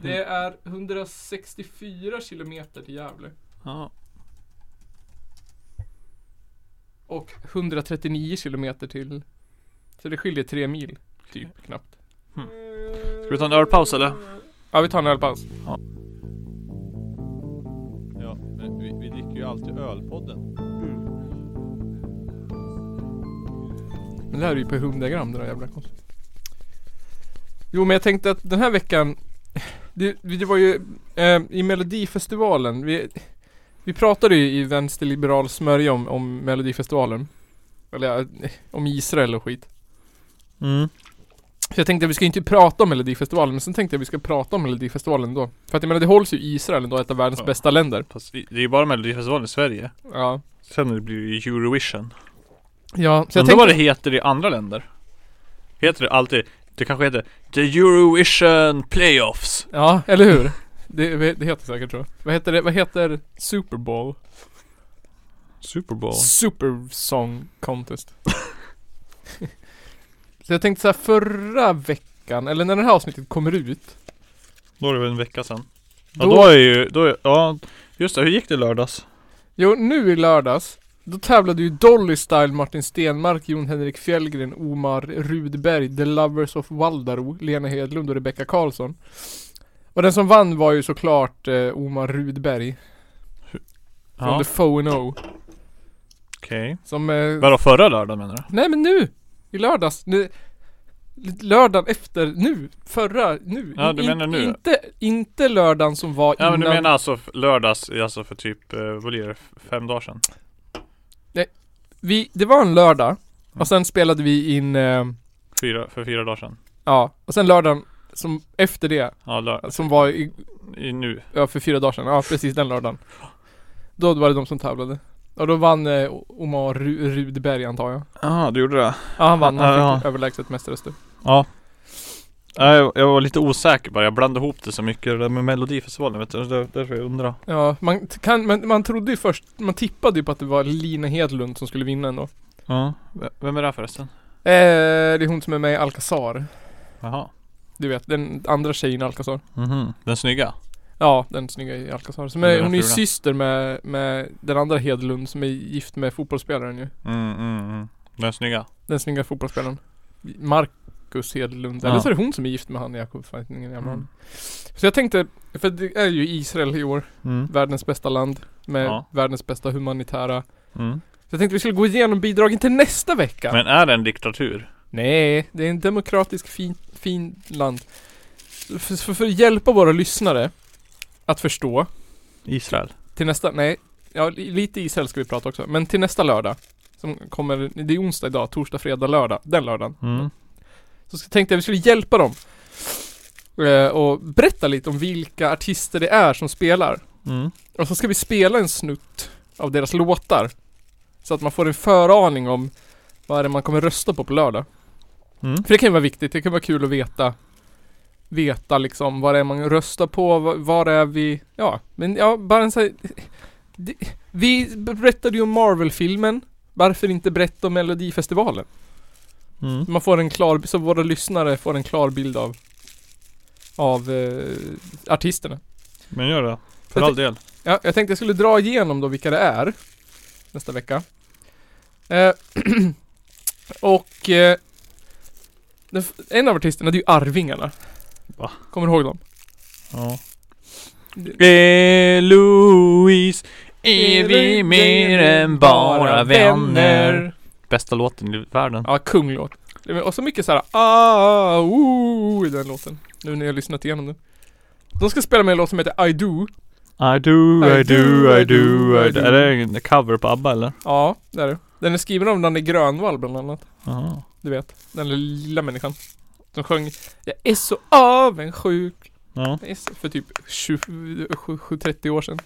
Det är 164 kilometer till Gävle
Ja.
Och 139 kilometer till Så det skiljer tre mil Typ knappt
Ska vi ta en ölpaus eller?
Ja vi tar en ölpaus
Ja, men vi, vi dricker ju alltid ölpodden.
Men det här är ju på 100 gram det där jävla konstigt. Jo men jag tänkte att den här veckan Det, det var ju eh, i Melodifestivalen vi, vi pratade ju i vänsterliberal smörja om, om Melodifestivalen Eller eh, om Israel och skit
Mm.
Så jag tänkte att vi ska inte prata om Melodifestivalen men sen tänkte jag att vi ska prata om Melodifestivalen då För att jag menar det hålls ju i Israel då ett av världens
Ja.
bästa länder
Fast det det är ju bara Melodifestivalen i Sverige.
Ja
Sen blir det blir ju Eurovision.
Ja, så jag
Undrar
tänkte,
vad det heter i andra länder? Heter det alltid, det kanske heter The Eurovision Playoffs.
ja eller hur? Det, det heter säkert så. Vad heter det, vad heter Super Bowl?
Super Bowl.
Super Song Contest. så jag tänkte så här förra veckan, eller när det här avsnittet kommer ut.
Då är det väl en vecka sedan. Ja
Då-
då är ju, då är, ja just det, hur gick det i lördags?
Jo, nu i lördags. Då tävlade ju Dolly Style, Martin Stenmark, Jon Henrik Fjällgren, Omar Rudberg, The Lovers of Waldaro, Lena Hedlund och Rebecca Karlsson. Och den som vann var ju såklart eh, Omar Rudberg från
Ja,
The Foe O.
okej.
Som... Eh,
Vadå förra lördagen menar du?
nej men nu! I lördags. Nu, lördagen efter nu. Förra nu.
Ja, du menar nu.
Inte, inte lördagen som var
Ja
innan.
men du menar alltså f- lördags, alltså för typ, eh, vad blir det, f- fem dagar sedan?
vi, det var en lördag.
Mm.
Och sen spelade vi in, eh,
Fyra, för fyra dagar sedan?
ja. Och sen lördagen som efter det.
Ja, lör,
Som var i,
i nu.
ja, för fyra dagar sedan. Ja precis den lördagen. Då var det de som tävlade. Och då vann eh, Omar Ru- Rudberg antar jag.
Ja, du gjorde det?
Ja han vann. Han fick
Ja,
överlägset mest röster.
Ja. Nej, Jag, jag var lite osäker bara, jag blandade ihop det så mycket, det där med melodifestivalen vet du, Det- därför jag undrar.
Ja, man, t- kan, man, man trodde ju först, man tippade ju på att det var Lina Hedlund som skulle vinna ändå.
Ja, V- vem är det här förresten?
Eh, det är hon som är med i Alcazar.
Jaha.
Du vet, den andra tjejen i Alcazar.
Mhm. Den snygga?
Ja, den snygga i Alcazar. Som
Den
är,
där
hon är ju
fula.
syster med, med den andra Hedlund som är gift med fotbollsspelaren ju.
Mm, mm, mm. Den snygga?
Den snygga fotbollsspelaren. Marcus Hedlund.
Ja.
Eller så är det hon som är gift med han Jakob Fightingen mm.
Mm.
Så jag tänkte, för det är ju Israel i år.
Mm.
Världens bästa land. Med
Ja.
världens bästa humanitära.
Mm.
Så jag tänkte vi skulle gå igenom bidragen till nästa vecka.
Men är det en diktatur?
Nej, det är en demokratisk fin, fin land. För, för, för att hjälpa våra lyssnare att förstå
Israel?
till nästa, nej, ja, li- lite Israel ska vi prata också, men till nästa lördag som kommer, det är onsdag idag, torsdag, fredag, lördag, den lördagen.
Mm.
Så ska- tänkte jag vi skulle hjälpa dem eh, och berätta lite om vilka artister det är som spelar.
Mm.
Och så ska vi spela en snutt av deras låtar. Så att man får en föraning om vad är det man kommer rösta på på lördag.
Mm.
För det kan ju vara viktigt, det kan vara kul att veta Veta liksom vad det är man röstar på, va- var är vi, ja men ja, bara en sån här, det, Vi berättade ju om Marvel-filmen Varför inte berätta om Melodifestivalen?
Mm.
Man får en klar, så våra lyssnare får en klar bild av Av eh, artisterna
Men gör det. För
Jag
all del.
Ja, jag tänkte jag skulle dra igenom då vilka det är Nästa vecka eh, Och eh, den f- En av artisterna, det är ju Arvingarna
Va?
Kommer du ihåg dem?
Ja.
Det-
Louise, är vi mer än bara vänner? Bästa låten i världen.
Ja, kung låt. Det var- Och så mycket såhär ah, ooh, i den låten. Nu när jag har lyssnat igenom den. De ska spela med en låt som heter I Do.
I do, I do, I do, I
I
do.
do.
Är det en cover på ABBA eller?
Ja, det är det. Den är skriven av Nanne Grönvall bland annat.
Jaha.
Du vet, den lilla människan. Som sjöng Jag är så avundsjuk.
Ja.
Jag är så- För typ 27-30 år sedan.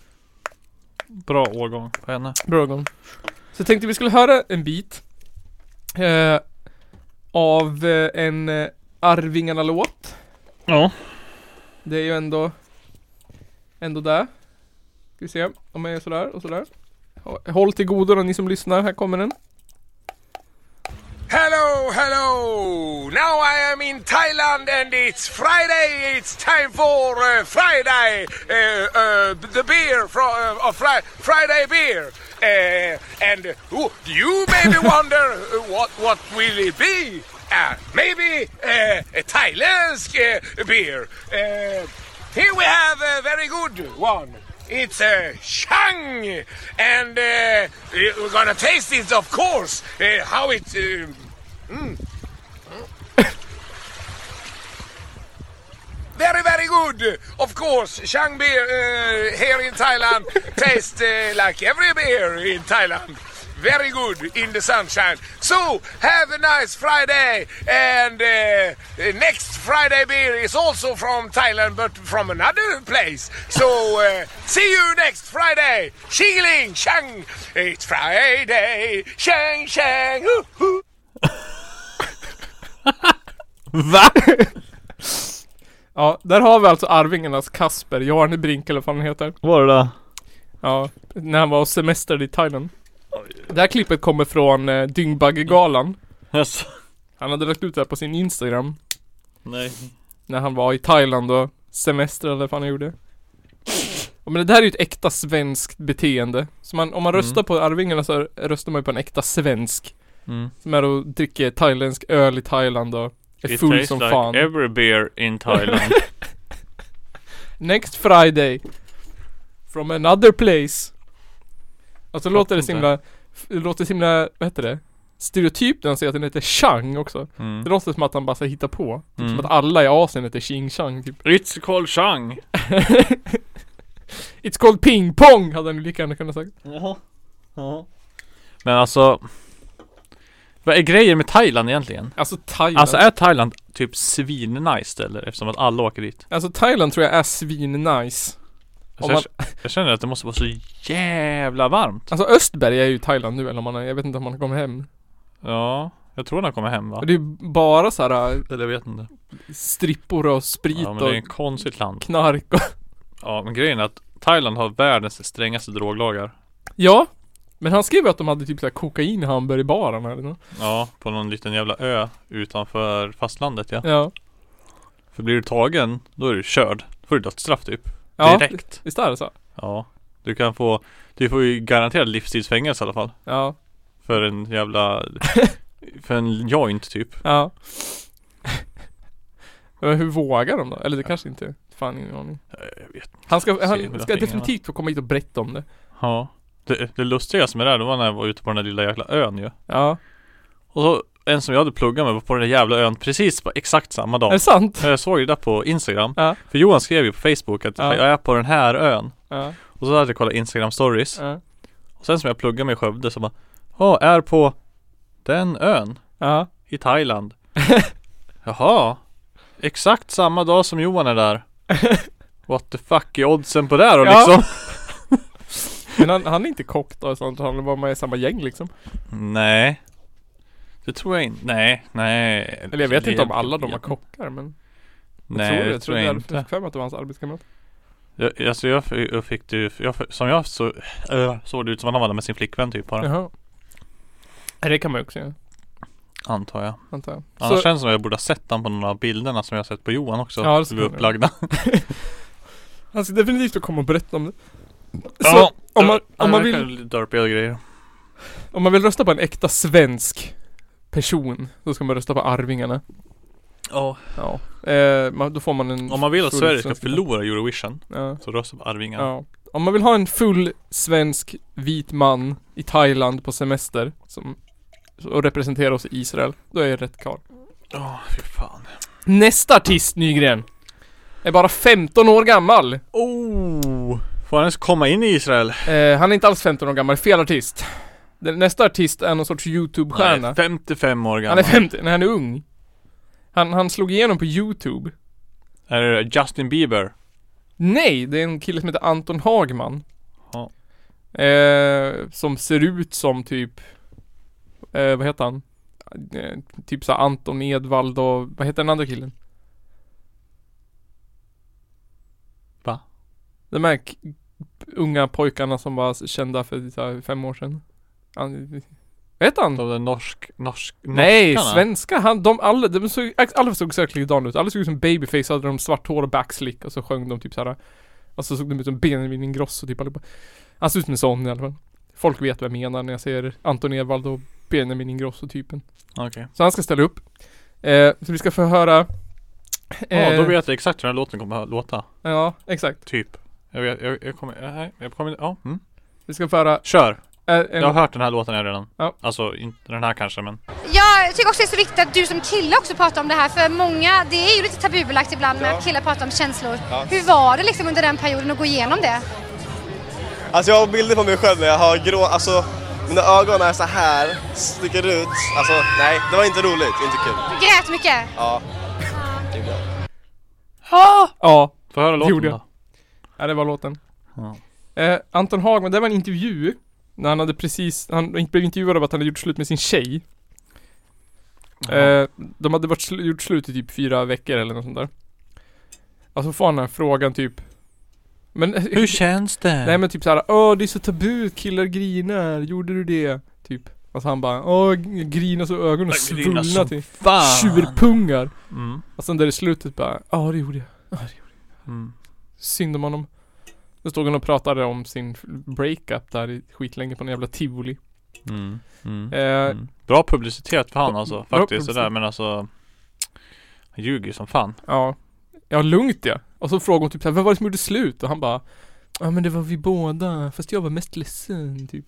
Bra årgång på henne.
Bra gång. Så jag tänkte vi skulle höra en bit. Eh, av eh, en eh, Arvingarna-låt.
Ja.
Det är ju ändå Ändå där Ska vi se om jag gör sådär och sådär Hå- Håll till godo då ni som lyssnar, här kommer den
Hello, hello! Now I am in Thailand and it's Friday. It's time for uh, Friday, uh, uh, the beer from uh, of Fri- Friday beer. Uh, and uh, ooh, you maybe wonder uh, what what will it be? Uh, maybe uh, a Thailand's uh, beer. Uh, here we have a very good one. It's a Shang, and uh, we're gonna taste it, of course. Uh, how it. Uh, Very, very good. Of course, Shang beer uh, here in Thailand tastes uh, like every beer in Thailand. Very good in the sunshine. So, have a nice Friday. And uh, uh, next Friday beer is also from Thailand, but from another place. So, uh, see you next Friday. Shingling, Shang. It's Friday. Shang, Shang. hoo, hoo.
Va?
Ja, där har vi alltså Arvingarnas Kasper, Jarne Brink eller vad fan han heter
Var det det?
Ja, när han var och semestrade i Thailand Det här klippet kommer från eh, Dyngbaggegalan
Yes.
Han hade lagt ut det här på sin Instagram
Nej.
När han var i Thailand och semestrade eller vad han gjorde ja, Men det där är ju ett äkta svenskt beteende Så man, om man
Mm.
röstar på Arvingarna så röstar man ju på en äkta svensk
Mm.
Som är och dricker thailändsk öl i Thailand och är
It
full
tastes
som
like
fan.
every beer in Thailand.
Next Friday. From another place. Alltså låter det så
inte.
himla, f- det låter så himla, vad heter det? Stereotyp när han säger att den heter Chang också. Det
Mm.
låter som att han bara så hittar på. Typ
Mm.
Som att alla i Asien heter Xing Chang typ.
It's called Chang.
It's called ping pong hade han ju lika gärna kunnat sagt.
Jaha. Ja. Men alltså. Vad är grejen med Thailand egentligen?
Alltså Thailand.
Alltså
Alltså,
är Thailand typ svin-nice ställe eftersom att alla åker dit?
Alltså, Thailand tror jag är svin nice.
Alltså,
Om man-
jag, jag känner att det måste vara så jävla varmt.
Alltså Östberg är ju i Thailand nu eller om han är, jag vet inte om han kommer hem.
Ja, jag tror den kommer hem va?
Och det är ju bara så här äh,
Eller jag vet inte.
strippor och sprit
Ja men det
och
är ett konstigt land.
knark och
Ja men grejen är att Thailand har världens strängaste droglagar.
Ja Men han skrev ju att de hade typ såhär kokain i hamburgerbaren eller nåt.
Ja, på någon liten jävla ö utanför fastlandet ja.
Ja
För blir du tagen, då är du körd. Då får du dödsstraff typ.
Ja
Direkt.
Visst är det så?
Ja. Du kan få, du får ju garanterat livstidsfängelse i alla fall.
Ja
För en jävla, för en joint typ.
Ja Men hur vågar de då? Eller det kanske inte Fan ingen aning
Jag vet
Han ska,
Se
han
hur
ska
fingrarna.
definitivt få komma hit och berätta om det
Ja Det, det lustiga som är där, det var när jag var ute på den där lilla jäkla ön ju
Ja
Och så en som jag hade pluggat med var på den där jävla ön precis på exakt samma
Är det
dag
sant?
Jag såg det där på instagram
Alltså. Ja.
För Johan skrev ju på facebook att
Ja.
jag är på den här ön
Ja,
Och så hade jag kollat instagram stories
ja,
Och sen som jag pluggade med i Skövde så bara Ja, är på den ön
ja.
i Thailand Jaha Exakt samma dag som Johan är där What the fuck är oddsen på det här då
Ja.
liksom?
Men han, han är inte kock då och sånt, han var med i samma gäng liksom
Nej Det tror jag inte, nej, nej
Eller jag vet inte om
Det-
alla de var kockar men
Nej
tror
det
jag
tror jag,
Jag
inte
hade för mig att det var hans arbetskamrat
jag, Alltså jag, f- jag fick det ju, jag, f- som jag så, äh, såg det ut som att han var där med sin flickvän typ bara
Jaha Det kan man ju också göra
Antar jag.
antar jag.
Annars
Så,
känns det som att jag borde ha sett den på några av bilderna som jag har sett på Johan också.
Ja, det
som
skulle
är
jag.
upplagda.
han ska definitivt komma och berätta om det. Så
Ja,
om man-
det-
om man
det
vill-
verkar lite Derpiga grejer.
om man vill rösta på en äkta svensk person, då ska man rösta på Arvingarna.
Ja.
Ja. Eh, man, då får man en...
Om man vill att
full
Sverige ska
svensk-
förlora Eurovision
Ja.
så rösta på Arvingarna.
ja. Om man vill ha en full svensk vit man i Thailand på semester som, och representera oss i Israel, då är jag rätt karl.
Åh, fy fan.
Nästa artist Nygren är bara 15 år gammal.
Oh! Får han ens komma in i Israel?
Eh, han är inte alls 15 år gammal, fel artist. Den, nästa artist är någon sorts YouTube-stjärna.
Nej, 55 år
han
gammal.
är 50, nej han är ung. Han, han slog igenom på YouTube.
Är det Justin Bieber?
Nej, det är en kille som heter Anton Hagman.
Ja.
Eh, som ser ut som typ, eh, vad heter han? Eh, typ så här Anton Edvald och, vad heter den andra killen?
Va?
De här k- unga pojkarna som var kända för så här, fem år sedan. Han, vad heter han?
De där norsk, norsk,
Nej,
norskarna?
svenska. Han, de, alla, de såg, alla såg exakt likadana ut. Alla såg ut som babyface, så hade de svart hår och backslick och så sjöng de typ såhär. Och så såg de ut som Benjamin Ingrosso typ allihopa. Han såg ut som en sån i alla fall. Folk vet vad jag menar när jag säger Anton Ewald och Benjamin Ingrosso typen.
Okej.
Så han ska ställa upp. Eh, så vi ska få höra...
Ja,
eh,
då vet jag exakt hur den här låten kommer att låta.
Ja, exakt.
Typ. Jag vet, jag, jag kommer, jag, nej, jag kommer, ja. Mm.
Vi ska få höra...
Kör!
eh, en,
Jag har hört den här låten här redan.
Ja.
Alltså, inte den här kanske men.
Jag tycker också det är så viktigt att du som kille också pratar om det här för många, det är ju lite tabubelagt ibland när killar pratar om känslor. Hur var det liksom under den perioden att gå igenom det?
Alltså jag har bilder på mig själv när jag har grå, alltså mina ögon är så här, sticker ut. Alltså nej, det var inte roligt, inte kul.
Du grät mycket?
Ja. Det är bra.
ja,
Får jag höra låten
gjorde jag.
då?
Ja, det var låten.
Ja.
Eh, Anton Hagman, det var en intervju. När han hade precis, han blev intervjuad av att han hade gjort slut med sin tjej. Eh, de hade varit sl- gjort slut i typ fyra veckor eller något sånt där. Alltså får han den här frågan typ. Men, eh,
Hur känns det?
nej men typ såhär, åh det är så tabu, killar grinar, gjorde du det? Typ. Alltså han bara, åh g- grina så ögonen
Jag grinar
svullna
som
till
fan!
tjurpungar.
Mm.
Och sen där i slutet bara, ja det gjorde jag.
Mm.
Synd om honom. Då stod han och pratade om sin breakup där i- skitlänge på en jävla tivoli.
Mm. Mm.
Eh,
Mm. Bra publicitet för han alltså,
Bra
faktiskt
publicitet.
sådär men alltså Han ljuger ju som fan
Ja. Ja, lugnt ja. Och så frågade hon typ såhär, vad var det som gjorde slut? Och han bara, ja men det var vi båda, fast jag var mest ledsen typ.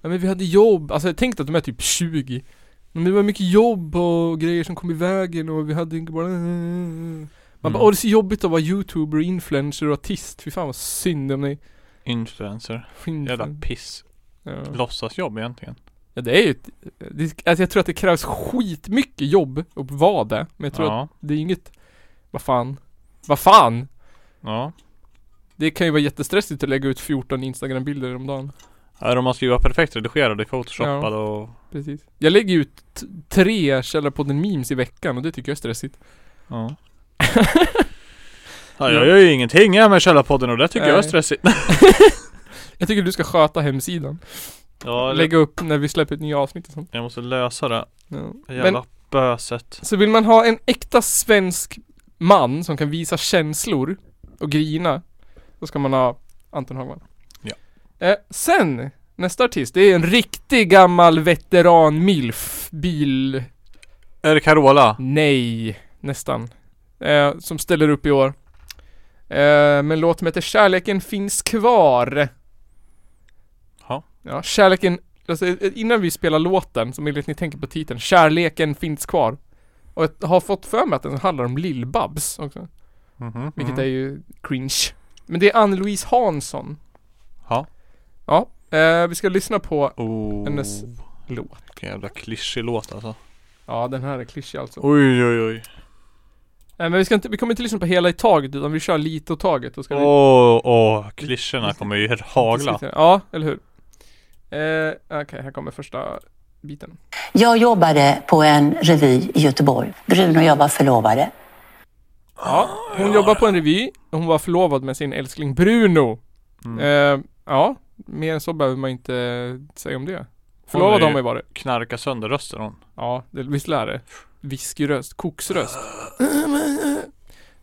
Ja men vi hade jobb, alltså jag tänkte att de är typ 20. Men det var mycket jobb och grejer som kom i vägen och vi hade inte bara... Man bara,
Mm.
åh det är så jobbigt att vara youtuber, influencer och artist. Fy fan vad synd om ni...
Influencer Jävla
Influen-
piss
Ja.
Låtsasjobb egentligen
Ja det är ju ett, det, alltså jag tror att det krävs skitmycket jobb att vara det. Men jag tror att
Ja,
det är inget, vad fan, vad fan.
ja
Det kan ju vara jättestressigt att lägga ut 14 instagram-bilder om dagen.
Är de ska ju vara perfekt redigerade, photoshopade och
Precis. Jag lägger ju ut t- tre källarpodden memes i veckan och det tycker jag är stressigt.
Ja Ja, jag gör ju ingenting här med Källarpodden och det tycker jag är
Nej.
stressigt
Jag tycker du ska sköta hemsidan.
Ja, jag,
Lägga upp när vi släpper ett nytt avsnitt och sånt.
jag måste lösa det
Ja.
jävla
Men,
böset
så vill man ha en äkta svensk man som kan visa känslor och grina. Då ska man ha Anton Hagman.
Ja.
Eh, sen, nästa artist. Det är en riktig gammal veteran milf bil
Är det Carola?
Nej, nästan. Eh, som ställer upp i år. Eh, men låt mig heter Kärleken finns kvar.
Ja.
Ja, kärleken, alltså, eh, innan vi spelar låten som enligt ni tänker på titeln, Kärleken finns kvar. Och jag har fått för mig att den handlar om Lill-Babs också.
Mhm
Vilket
mhm.
är ju cringe. Men det är Ann-Louise Hansson.
Ja.
Ja, eh, vi ska lyssna på
Oh,
hennes
vilken
låt.
jävla klyschig låt alltså
Ja, den här är klyschig alltså.
Oj oj oj
Nej Eh, men vi, ska inte, vi kommer inte lyssna på hela i taget utan vi kör lite åt taget. Då ska vi
Åh, åh, klyschorna kommer ju hagla.
Diskutera. Ja, eller hur? Eh, Okej, här kommer första biten.
Jag jobbade på en revy i Göteborg. Bruno och jag var förlovade.
Hon jobbar på en revy, och hon var förlovad med sin älskling
Mm.
Bruno. Eh, ja, mer än så behöver man inte eh, säga om det. Förlovad
är
har
ju-
man ju varit.
Knarka sönder rösten hon.
Ja, det, visst lär det. Viskröst, koksröst.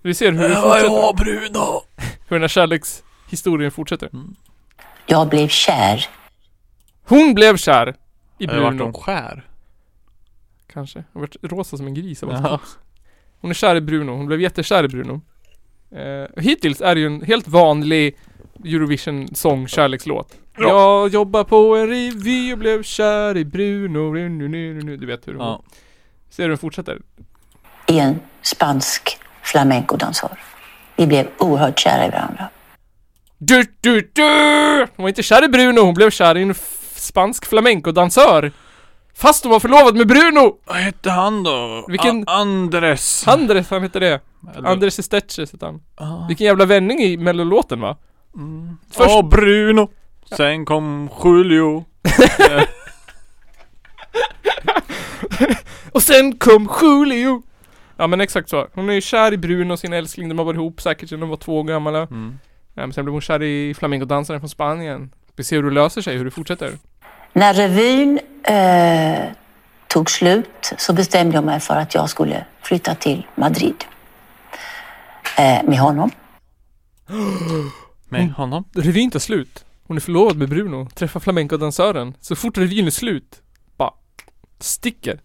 Vi ser hur det fortsätter.
Bruno!
Hur den här kärlekshistorien fortsätter.
Mm.
Jag blev kär.
Hon blev kär! I
Har det varit hon
Bruno,
skär?
kanske. Hon vart rosa som en gris av allt.
Ja.
Hon är kär i Bruno, hon blev jättekär i Bruno. Eh, hittills är det ju en helt vanlig Eurovision-sång, kärlekslåt. Jag jobbar på en revy och blev kär i Bruno, nu, nu, nu, nu. du vet hur hon...
Ja.
Ser du hur den fortsätter?
i en spansk flamencodansör. Vi blev oerhört kära i varandra.
Du, du, du! Hon var inte kär i Bruno, hon blev kär i en f- spansk flamencodansör. Fast hon var förlovad med Bruno!
Vad hette han då?
Vilken-
A- Andres.
Andres, han hette det. Andres Esteches hette han. Vilken jävla vändning i mellolåten va?
Först... Åh, Bruno! Sen kom Julio.
Och sen kom Julio! Ja men exakt så. Hon är ju kär i Bruno, sin älskling. De har varit ihop säkert sedan de var två år gamla. Ja, men sen blev hon kär i flamencodansaren från Spanien. Vi ser hur det löser sig, hur det fortsätter.
När revyn eh, tog slut så bestämde jag mig för att jag skulle flytta till Madrid eh, med honom.
Med
Mm.
honom.
Revyn är inte slut. Hon är förlovad med Bruno. Träffar flamencodansören. Så fort revyn är slut, bara sticker.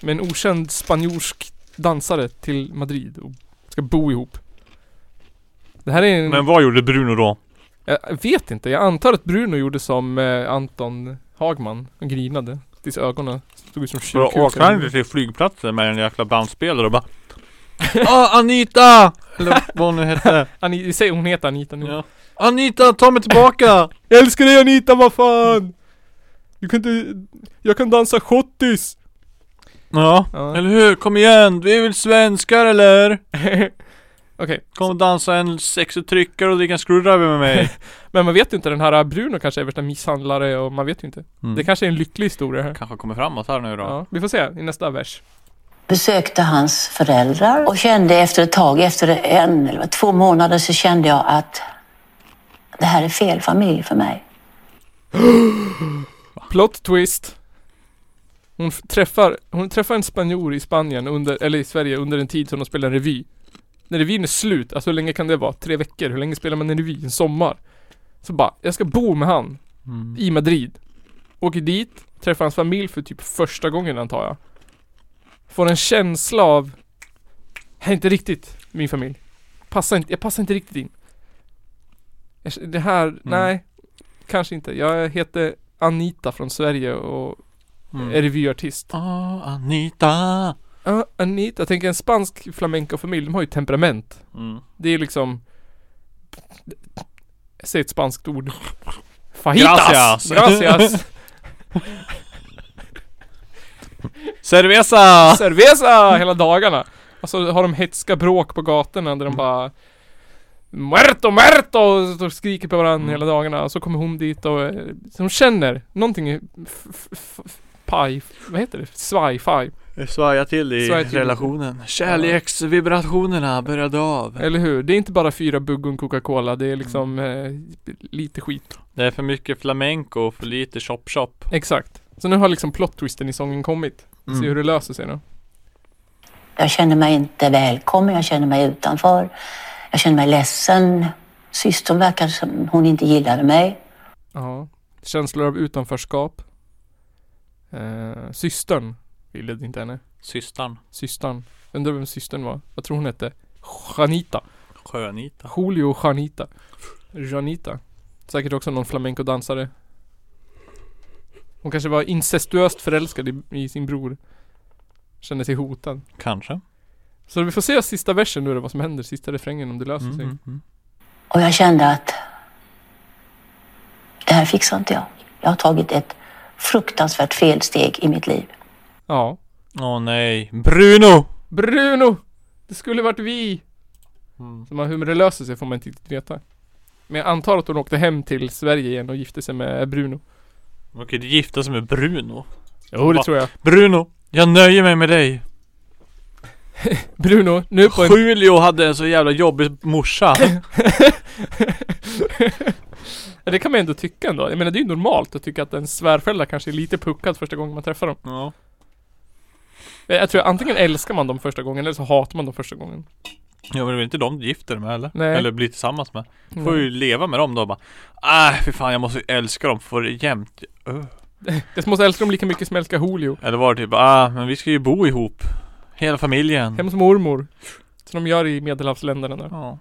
Med en okänd spanjorsk dansare till Madrid och ska bo ihop. Det här är en...
Men vad gjorde Bruno då?
Jag vet inte, jag antar att Bruno gjorde som eh, Anton Hagman. Han grinade tills ögonen stod ut som
Då åkte han inte
tjurkukar.
till flygplatsen med en jäkla bandspelare och bara ah, Anita! Eller vad hon nu hette.
Ani- säg- Hon heter Anita nu.
Ja. Anita, ta mig tillbaka!
Jag älskar dig Anita, vad fan! Du kan inte... Jag kan dansa schottis!
Ja,
Ja.
eller hur? Kom igen! Vi är väl svenskar eller?
Okej,
Kom och dansa en sexig tryckare och dricka en screwdriver med mig.
men man vet ju inte. Den här Bruno kanske är värsta misshandlare och man vet ju inte.
Mm.
Det kanske är en lycklig historia här.
Kanske kommer framåt här nu då.
Ja, vi får se i nästa vers.
Besökte hans föräldrar och kände efter ett tag, efter en eller två månader, så kände jag att det här är fel familj för mig.
Plot twist. Hon f- träffar, hon träffar en spanjor i Spanien under, eller i Sverige under en tid som de spelar en revy. När revyn är slut, alltså hur länge kan det vara? Tre veckor? Hur länge spelar man en revy? En sommar? Så bara, jag ska bo med han. I Madrid. Åker dit, träffar hans familj för typ första gången antar jag. Får en känsla av, här är inte riktigt min familj. Passar inte, jag passar inte riktigt in. Jag- Det här, nej. Kanske inte. Jag heter Anita från Sverige och
Mm.
är revyartist.
Ah, Anita!
Ja, Anita. Jag tänker en spansk flamencofamilj, de har ju temperament.
Mm.
Det är liksom... Säg ett spanskt ord. Fajitas!
Gracias.
Gracias!
Cerveza!
Cerveza hela dagarna! Och så har de hetska bråk på gatorna där de bara Muerto, muerto! Och så skriker på
Mm.
varandra hela dagarna. Och så kommer hon dit och eh, så hon känner någonting är f- f- f- paj, vad heter det? Svaj, faj.
Svaja till i
Svaja till.
relationen. Kärleksvibrationerna började av.
Eller hur? Det är inte bara fyra bugg och en Coca-Cola. Det är liksom eh, lite skit.
Det är för mycket flamenco och för lite chop chop.
Exakt. Så nu har liksom plot-twisten i sången kommit. Se hur det löser sig då.
Jag kände mig inte välkommen, jag kände mig utanför. Jag kände mig ledsen. Systern verkade som hon inte gillade mig.
Ja. Känslor av utanförskap. Eh, systern ville inte henne.
Systern.
Systern. Undrar vem systern var. Vad tror hon hette? Janita.
Sjönita.
Julio Janita. Janita. Säkert också någon flamenco-dansare. Hon kanske var incestuöst förälskad i, i sin bror. Kände sig hotad.
Kanske.
Så vi får se sista versen nu då, vad som händer, sista refrängen om det löser sig.
Och jag kände att det här fixar inte jag. Jag har tagit ett fruktansvärt felsteg i mitt liv.
Ja.
Åh nej. Bruno!
Bruno! Det skulle varit vi! Så man, hur det löser sig får man inte riktigt veta. Men jag antar att hon åkte hem till Sverige igen och gifte sig med Bruno.
Man kan inte gifta sig med Bruno.
Jo, det
Va?
tror jag.
Bruno! Jag nöjer mig med dig.
Bruno, nu på en...
Julio hade en så jävla jobbig morsa.
Ja, Det kan man ändå tycka ändå. Jag menar det är ju normalt att tycka att en svärförälder kanske är lite puckad första gången man träffar dem.
Ja.
Eh, Jag tror antingen älskar man dem första gången eller så hatar man dem första gången.
Ja men det är väl inte de du gifter dig med eller?
Nej.
Eller blir tillsammans med?
Mm.
Får ju leva med dem då bara Ah för fan jag måste ju älska dem för jämt Öh.
Jag måste älska dem lika mycket som jag älskar Julio.
Eller var det typ ah men vi ska ju bo ihop Hela familjen
Hemma hos mormor. Som de gör i medelhavsländerna där.
Ja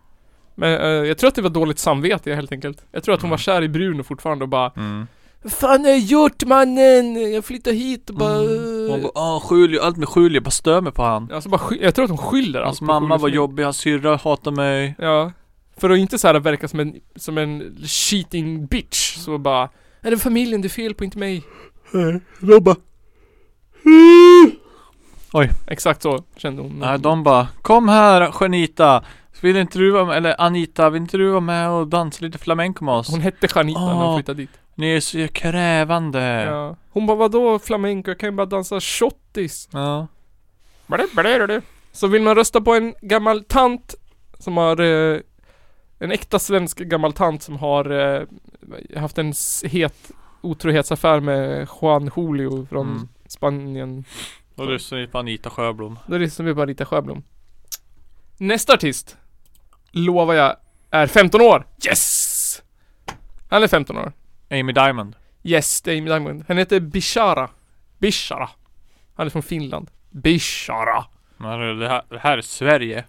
Men eh, jag tror att det var dåligt samvete helt enkelt. Jag tror att hon var kär i Bruno fortfarande och bara
mm.
Vad fan har jag gjort mannen? Jag flyttar hit och bara...
Mm.
eh."
Hon bara ah Julio, allt med Julio, jag bara stör mig på han
Alltså bara sky- jag tror att hon Mm. skyller allt
Hans
på
Alltså, mamma
Julios
var
liv.
jobbig, hans syrra hatar mig
Ja. För att inte så här verka som en, som en cheating bitch så bara Är det är familjen det är fel på, inte mig?
De bara
Exakt så kände hon.
Nej de bara Kom här Janita Vill inte du vara med, eller Anita, vill inte du vara med och dansa lite flamenco med oss?
Hon hette Janita när hon
Ah.
flyttade dit.
Ni är så krävande
Ja. Hon bara vadå flamenco? Jag kan ju bara dansa shottis.
ja.
Blä, blä, blä, blä. Så vill man rösta på en gammal tant som har eh, en äkta svensk gammal tant som har eh, haft en s- het otrohetsaffär med Juan Julio från
Mm.
Spanien.
Då lyssnar ni på Anita Sjöblom
Då lyssnar vi på Anita Sjöblom. Nästa artist lovar jag är 15 år. Yes! Han är 15 år.
Amy Diamond
Yes, det är Amy Diamond. Han heter Bishara. Bishara. Han är från Finland. Bishara.
Men det här, det här är Sverige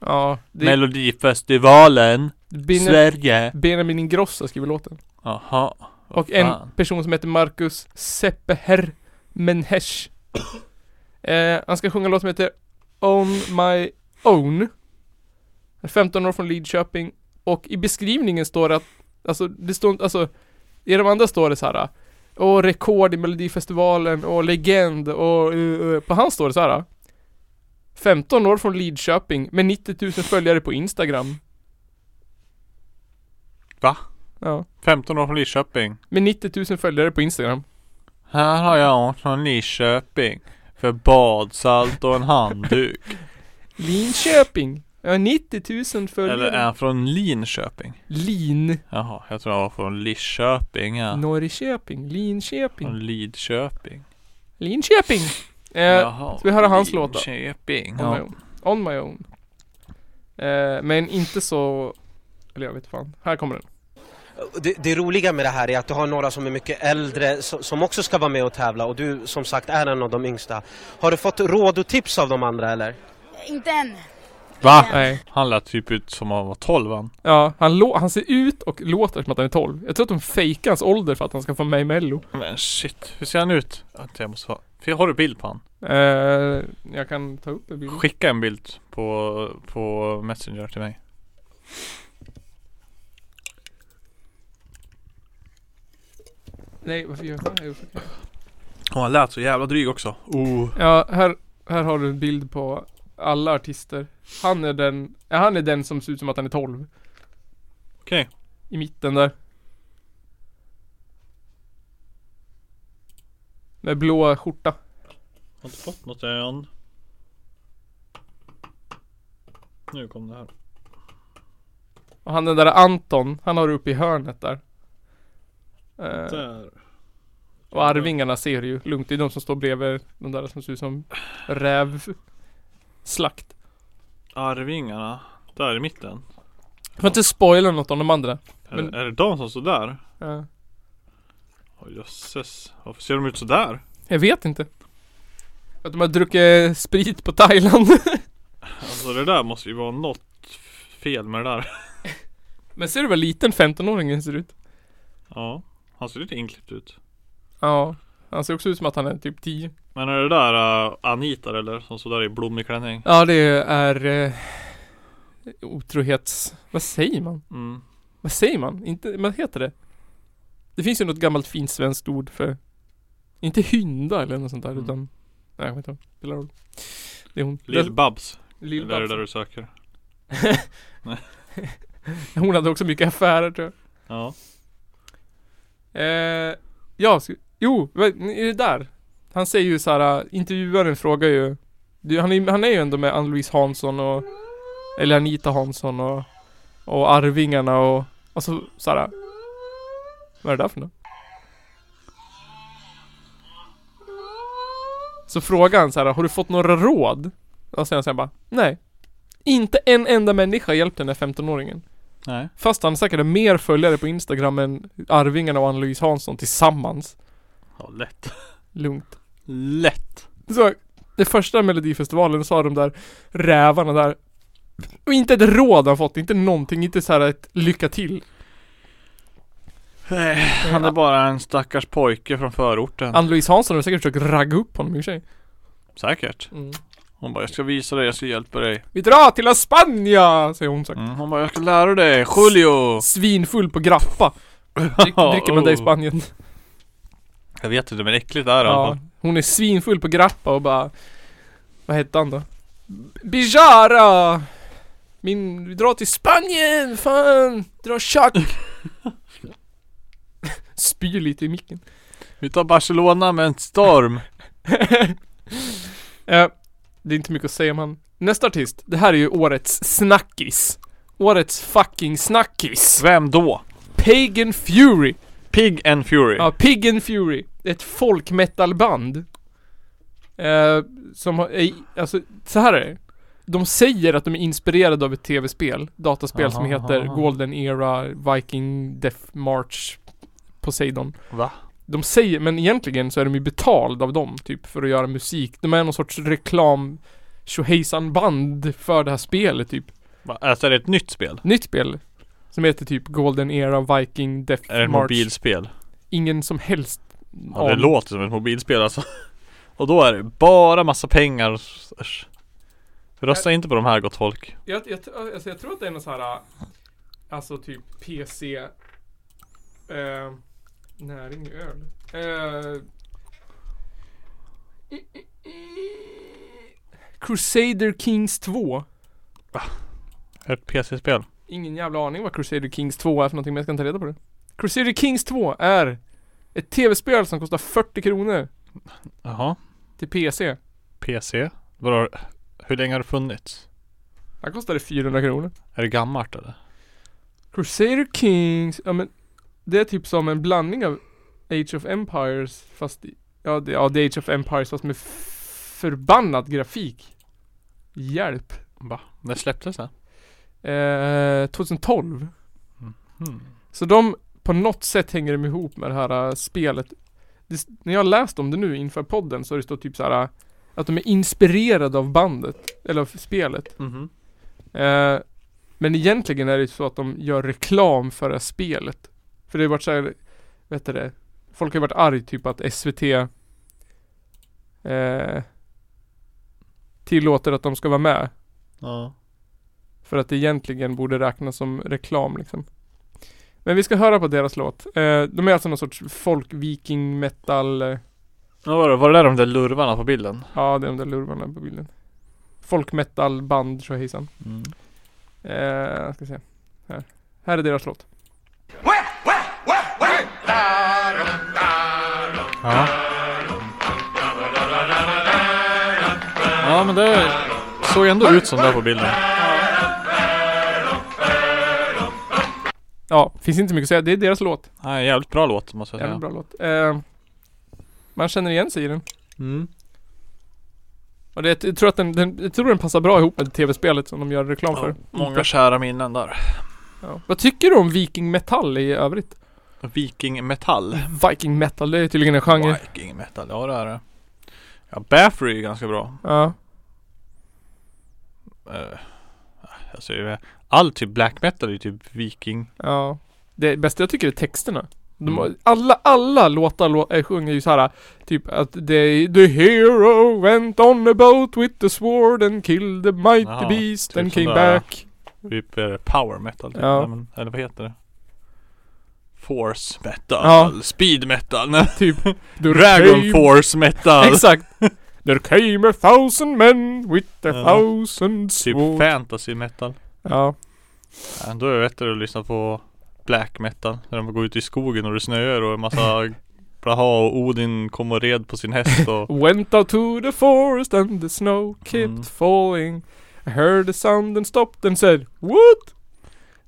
Ja, det är
Melodifestivalen
Bene-
Sverige
Benjamin Ingrosso skriver låten.
Jaha vad
Och en
fan.
person som heter Marcus Seppeher Menhesh. Eh, han ska sjunga en låt som heter On My Own. Han är 15 år från Lidköping. Och i beskrivningen står det att, alltså det står inte, alltså i de andra står det så här. Och rekord i Melodifestivalen och legend och eh, eh." på han står det så här. 15 år från Lidköping med 90 000 följare på Instagram.
Va?
Ja.
15 år från Lidköping
Med 90 000 följare på Instagram.
Här har jag åkt från Lidköping För badsalt och en handduk
Linköping. Jag har 90 000
Eller
följare.
är han från Linköping?
Lin.
Jaha, jag tror han var från Lidköping ja.
Norrköping. Linköping.
Från Lidköping
Linköping. Eh,
Jaha
ska vi höra hans låt då?
Linköping
on, my
ja.
own. on my own. Eh, men inte så... Eller jag vet fan. Här kommer den.
Det, det roliga med det här är att du har några som är mycket äldre som, som också ska vara med och tävla och du som sagt är en av de yngsta. Har du fått råd och tips av de andra eller?
Inte än.
Va?
Nej.
Han lät typ ut som om han var 12 han
Ja, han, lå- han ser ut och låter som att han är 12. Jag tror att de fejkar hans ålder för att han ska få med i mello.
Men shit, hur ser han ut? Vänta, jag måste ha... Har du bild på han?
Eh, jag kan ta upp en bild.
Skicka en bild på, på Messenger till mig
Nej, varför gör jag så här? Jo, okej.
Och han lät så jävla dryg också oh.
Ja, här, här har du en bild på alla artister. Han är den, ja, han är den som ser ut som att han är 12.
Okej
I mitten där. Med blå skjorta.
Har inte fått något än Nu kom det här
Och han den där Anton, han har du uppe i hörnet där. Eh,
Där
och Arvingarna ser ju lugnt. Det är de som står bredvid de där som ser ut som räv. Slakt.
Arvingarna Där i mitten
Jag får inte spoila något om de andra. Men-
är, är det de som står där?
Eh,
Åh jösses Varför ser de ut sådär?
jag vet inte. Att de har druckit sprit på Thailand.
Alltså det där måste ju vara något fel med det där
Men ser du vad liten 15-åringen ser ut?
Ja Han ser lite inklippt ut
Ja. Han ser också ut som att han är typ 10.
Men är det där eh, Anita eller? Som står där i blommig klänning?
Ja, det är eh, otrohets... Vad säger man?
Mm.
Vad säger man? Inte... Vad heter det? Det finns ju något gammalt fint svenskt ord för... Inte hynda eller något sånt där
Mm.
utan... Nej, jag vet inte. Spelar roll. Det är hon.
Lill-Babs. Det
Lill
är det där du söker.
Hon hade också mycket affärer tror jag.
Ja.
Eh, ja, sk- jo, vad- är det där? Han säger ju så här, äh, intervjuaren frågar ju du, han, är, han är ju ändå med Ann-Louise Hansson och alltså, Eller Anita Hansson och Och Arvingarna och Och så, så här, äh. Vad är det där för något? Så frågar han så här, äh, har du fått några råd? Och sen säger han bara, nej. Inte en enda människa hjälpte den där 15-åringen.
Nej.
Fast han säkert har mer följare på Instagram än Arvingarna och Ann-Louise Hansson tillsammans.
Ja, lätt.
Lugnt.
Lätt.
Så, det första Melodifestivalen sa de där rävarna där och inte ett råd han fått, inte någonting, inte så här ett lycka till.
Nej, han är bara en stackars pojke från förorten.
Ann-Louise Hansson har säkert försökt ragga upp honom i och för sig.
Säkert.
Mm.
Hon bara, jag ska visa dig, jag ska hjälpa dig.
Vi drar till La Spagna! Säger hon säkert.
Mm. Hon bara, jag ska lära dig. Julio!
Svinfull på grappa. Drick, dricker man det i Spanien.
Jag vet inte, men äckligt är det i alla
Ja,
fall.
hon är svinfull på grappa och bara Vad hette han då? Bijara! Min, vi drar till Spanien! Fan! Dra tjack! Spyr lite i micken.
Vi tar Barcelona med en storm.
Eh, det är inte mycket att säga om han. Nästa artist. Det här är ju årets snackis. Årets fucking snackis.
Vem då?
Pagan Fury.
Pig and Fury.
Ja, Pig and Fury. Ett folkmetalband. Eh, som har, eh, alltså så här är det. De säger att de är inspirerade av ett tv-spel, dataspel som
Aha,
heter
aha.
Golden Era Viking Death March Poseidon.
Va?
De säger, men egentligen så är de ju betalda av dem typ för att göra musik. De är någon sorts reklam band för det här spelet typ.
Va? Alltså är det ett nytt spel?
Nytt spel. Som heter typ Golden Era Viking Death
Är det ett
March.
mobilspel?
Ingen som helst
Ja, det
aning.
låter som ett mobilspel alltså. Och då är det bara massa pengar. Äsch. Rösta inte på de här gott folk.
Jag, jag, alltså jag tror att det är någon sån här äh, Alltså typ PC eh, Näring i öl eh, i- i- i- Crusader Kings 2
Ett PC-spel.
Ingen jävla aning vad Crusader Kings 2 är för någonting men jag ska inte reda på det Crusader Kings 2 är Ett tv-spel som kostar 40 kronor
Jaha.
Till PC
PC. Vadå? Hur länge har det funnits?
Här kostar det 400 kronor
Är det gammalt eller?
Crusader Kings, ja men Det är typ som en blandning av Age of Empires fast i, ja, det, ja det är Age of Empires fast med f- förbannad grafik Hjälp
Va? När släpptes det?
eh, 2012
Hmm.
Så de på något sätt hänger de ihop med det här äh, spelet det, s- När jag har läst om det nu inför podden så har det stått typ så här äh, Att de är inspirerade av bandet Eller av spelet
Mhm.
Eh, men egentligen är det ju så att de gör reklam för det här spelet. För det har varit så här, vet du det, folk har varit arg typ att SVT eh, tillåter att de ska vara med.
Ja.
För att det egentligen borde räknas som reklam liksom. Men vi ska höra på deras låt. Eh, de är alltså någon sorts folk, viking, metal, eh,
Men vadå? Var det där de där lurvarna på bilden?
ja det är de där lurvarna på bilden. Folk, metal, band, tjohejsan.
Mm.
Eh, ska se. Här. Här är deras låt.
Ja men det såg ändå ut som det på bilden.
Ja, finns inte mycket att säga. Det är deras låt.
Nej, jävligt bra låt måste jag
Jävligt
säga.
bra låt. Eh, man känner igen sig i den.
Mm.
Och det, jag, tror att den, den, jag tror den passar bra ihop med tv-spelet som de gör reklam för.
Ja, många kära minnen där.
Ja. Vad tycker du om viking metal i övrigt?
Viking metal.
Viking metal, det är tydligen en genre.
Viking metal, ja det är det. Ja, Bathory är ganska bra.
Ja.
Uh, alltså, det är- all typ black metal är ju typ viking.
ja. Det bästa jag tycker är texterna. De, har-
Mm.
Alla, alla låtar lå, äh, sjunger ju så här typ att det är The hero went on a boat with the sword and killed the mighty
Ja,
beast
typ
and
sån
came
där-
back.
Typ eh, power metal. Typ.
Ja.
Nej, men, eller vad heter det? Force metal.
Ja.
Speed metal. Nej,
Typ The
Dragon
came-
force metal.
Exakt. There came a thousand men with a
Ja.
thousand
Typ
swords.
fantasy metal.
Ja.
Ja, då är det bättre att lyssna på black metal. När de går ut i skogen och det snöar och en massa blaha och Odin kom och red på sin häst och
Went out to the forest and the snow kept
Mm.
falling. I heard the sound and stopped and said What?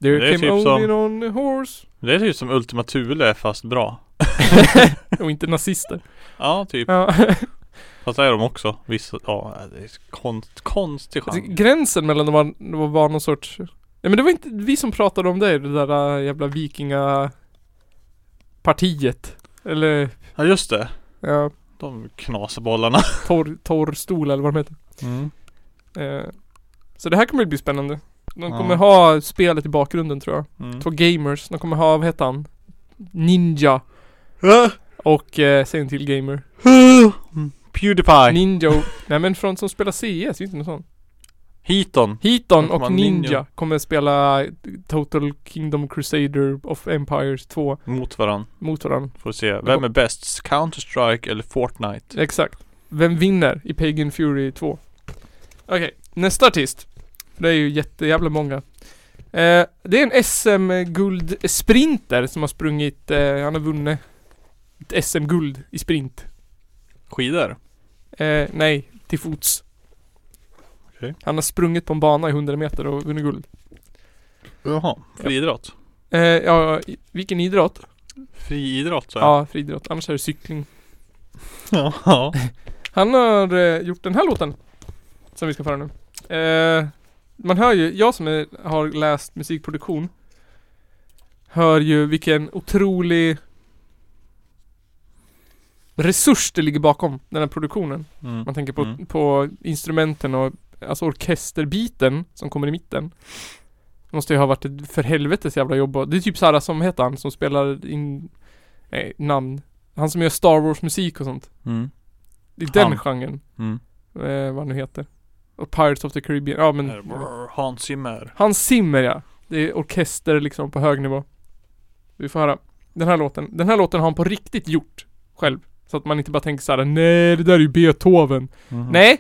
There
Det är
came
typ
Odin
som-
on a horse
Det är typ som Ultima Thule fast bra.
Och inte nazister.
Ja, typ.
Ja.
Fast det är de också. Vissa, ja, det är konst, konstig
Alltså,
genre.
gränsen mellan det var, det var bara någon sorts... Ja men det var inte vi som pratade om det, det där äh, jävla vikingapartiet. Eller,
Ja, just det.
ja,
De knasbollarna.
torr, torrstol eller vad de heter.
Mm.
Eh, så det här kommer ju bli spännande. De
Ja.
kommer ha spelet i bakgrunden tror jag.
Mm.
Två gamers, de kommer ha, vad heter han? Ninja och, eh, säg en till gamer.
Pewdiepie.
Ninja och, nej men från som spelar CS, inte någon sån.
Heaton.
Hiton
Då får
och
man
Ninja
Ninja.
kommer spela Total Kingdom Crusader of Empires 2
Mot varandra.
mot varandra.
Får se. Vem är bäst? Counter-Strike eller Fortnite?
Exakt. Vem vinner i Pagan Fury 2? Okej, nästa artist. Det är ju jättejävla många. Eh, det är en SM-guldsprinter som har sprungit, eh, han har vunnit ett SM-guld i sprint.
Skidor.
Eh, nej, till fots.
Okej.
Han har sprungit på en bana i 100 meter och vunnit guld.
Jaha. Friidrott.
Eh, ja, i- vilken idrott?
Friidrott så jag.
Ja, friidrott. Annars är det cykling.
Ja.
Han har eh, gjort den här låten Som vi ska föra nu eh, Man hör ju, jag som är, har läst musikproduktion Hör ju vilken otrolig Resurs det ligger bakom den här produktionen
Mm.
Man tänker på,
Mm.
på instrumenten och Alltså orkesterbiten som kommer i mitten Måste ju ha varit ett för helvetes jävla jobb och- Det är typ såhär som heter han som spelar in eh, Namn Han som gör Star Wars musik och sånt
Mm.
det är den
Han.
genren.
Mm.
Eh, vad han nu heter. Och Pirates of the Caribbean. Ja men.
Brr, Mm. Hans Zimmer.
Hans Zimmer ja. Det är orkester liksom på hög nivå. Vi får höra. Den här låten. Den här låten har han på riktigt gjort. Själv. Så att man inte bara tänker såhär, nej det där är ju Beethoven.
Mhm.
Nej!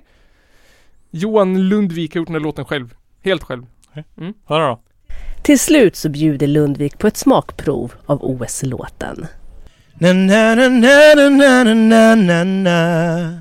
Johan Lundvik har gjort den här låten själv. Helt själv.
Hörru då.
Till slut så bjuder Lundvik på ett smakprov av OS-låten.
Na na na na na na na na na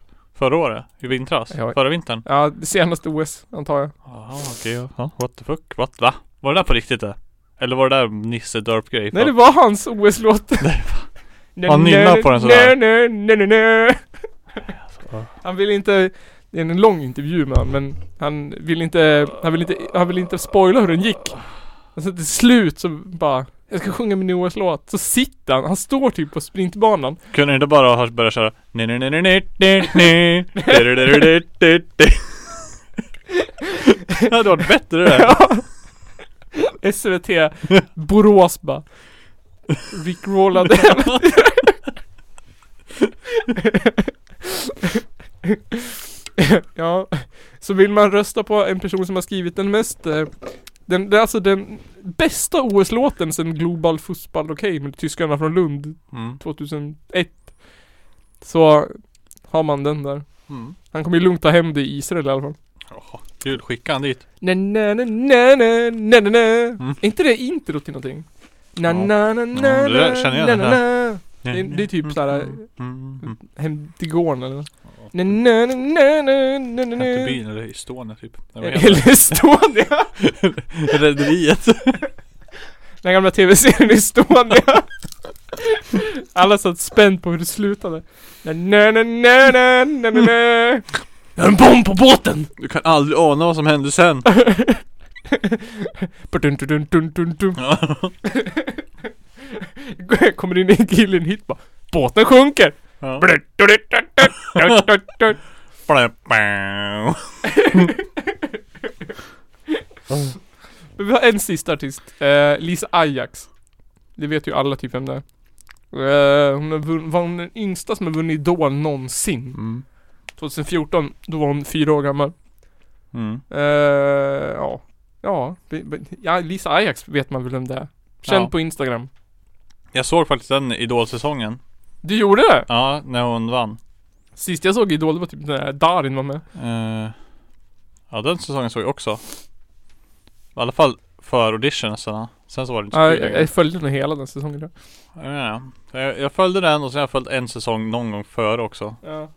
förra året? I vintras?
Ja.
Förra vintern?
Ja, det senaste OS antar jag.
Jaha okej. Ja, what the fuck? What? Va? Var det där på riktigt det? Eller var det där Nisse Dörp-grej?
Nej det var hans OS-låt.
Han nynnar på den sådär. Alltså.
Nej, nej, nej, nej.
ja.
Han vill inte, det är en lång intervju med honom men han vill inte, han vill inte, han vill inte spoila hur den gick. Alltså till slut så bara, jag ska sjunga min OS-låt. Så sitter han, han står typ på sprintbanan.
Kunde inte bara ha börjat köra ni ni ni ni ni ni ni Det hade varit bättre det där.
SVT, Borås bara. Rickrollade Ja, så vill man rösta på en person som har skrivit den mest eh, den, det är alltså den bästa OS-låten sen Global Fussball Okej med tyskarna från Lund
Mm.
2001 Så har man den där
Mm.
Han kommer ju lugnt ta hem det i Israel i alla fall
Jaha, Gud, skicka han dit.
Na na na na na na na na Är inte det intro till någonting? Na
Mm. Ja.
na na
det
na
där känner
na
jag
na
den
na Det det är typ såhär
Mm. Mm.
Hem till gården eller? Na na na na na na na
Hem till
na
byn eller Estonia typ. Nej, vad heter
Eller Estonia!
det? Rederiet.
Den gamla tv-serien Estonia Alla satt spänt på hur det slutade Na na na na na na na na Jag har en bomb på båten!
Du kan aldrig ana vad som hände sen.
Dun, dun, dun, dun, dun, dun.
Ja.
Kommer in en kille i en hit bara Båten sjunker!
Ja.
Blä-du-du-du-du-du-du-du-du. Men vi har en sista artist, eh, Lisa Ajax Det vet ju alla typ vem det är eh, Hon har vunn- var hon den yngsta som har vunnit Idol någonsin
Mm.
2014, då var hon fyra år gammal
Mm.
eh, ja. ja, vi- vi- ja, Lisa Ajax vet man väl vem det är Känd
Ja.
på Instagram
Jag såg faktiskt den idolsäsongen.
Du gjorde det?
Ja, när hon vann.
Sist jag såg Idol det var typ när Darin var med.
Eh, ja den säsongen såg jag också. I alla fall för auditionerna. Sen så var det inte så
Ja,
kul
jag,
längre.
jag följde den hela den säsongen. då.
Jag vet inte. Jag, jag följde den och sen har jag följt en säsong någon gång före också.
Ja.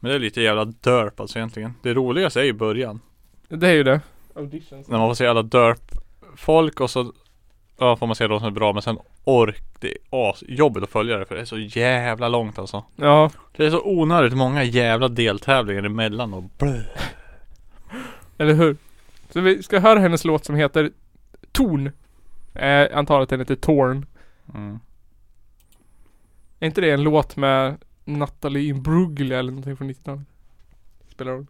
Men det är lite jävla dörp alltså egentligen. Det roligaste är i början.
Det är ju det. Auditions.
När man får se alla dörp folk och så Ja får man se de som är bra men sen ork Det är asjobbigt att följa det för det är så jävla långt alltså
Ja.
Det är så onödigt många jävla deltävlingar emellan och blö.
Eller hur? Så vi ska höra hennes låt som heter Torn. Eh, antar att den heter Torn.
Mm.
Är inte det en låt med Natalie Imbruglia eller någonting från 90-talet? Spelar roll.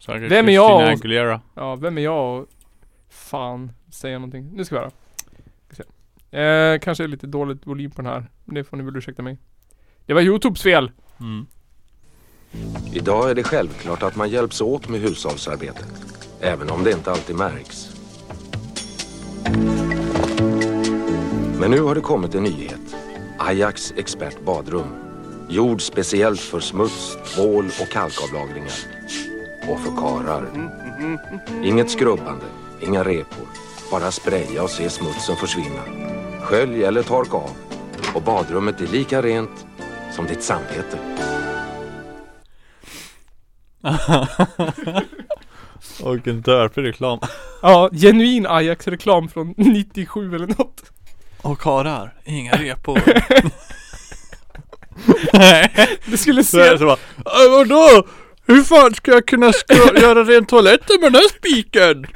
Säkert
Vem är jag?
Christina Aguilera
Ja, vem är jag och fan säga någonting. Nu ska vi höra. Ska se. Eh, kanske är lite dåligt volym på den här. Men Det får ni väl ursäkta mig. Det var Youtubes fel.
mm.
Idag är det självklart att man hjälps åt med hushållsarbetet, även om det inte alltid märks. Men nu har det kommit en nyhet. Ajax Expert Badrum. Gjord speciellt för smuts, tvål och kalkavlagringar. Och för karar. Inget skrubbande, inga repor. Bara spraya och se smutsen försvinna. Skölj eller torka av. Och badrummet är lika rent som ditt samvete.
Och vilken dörpig reklam
Ja, genuin Ajax-reklam från 97 eller något.
Och karar, inga repor
Det skulle
Så är
se...
det så bara "Äh, Vadå? Hur fan ska jag kunna skra- göra rent toaletten med den här spiken?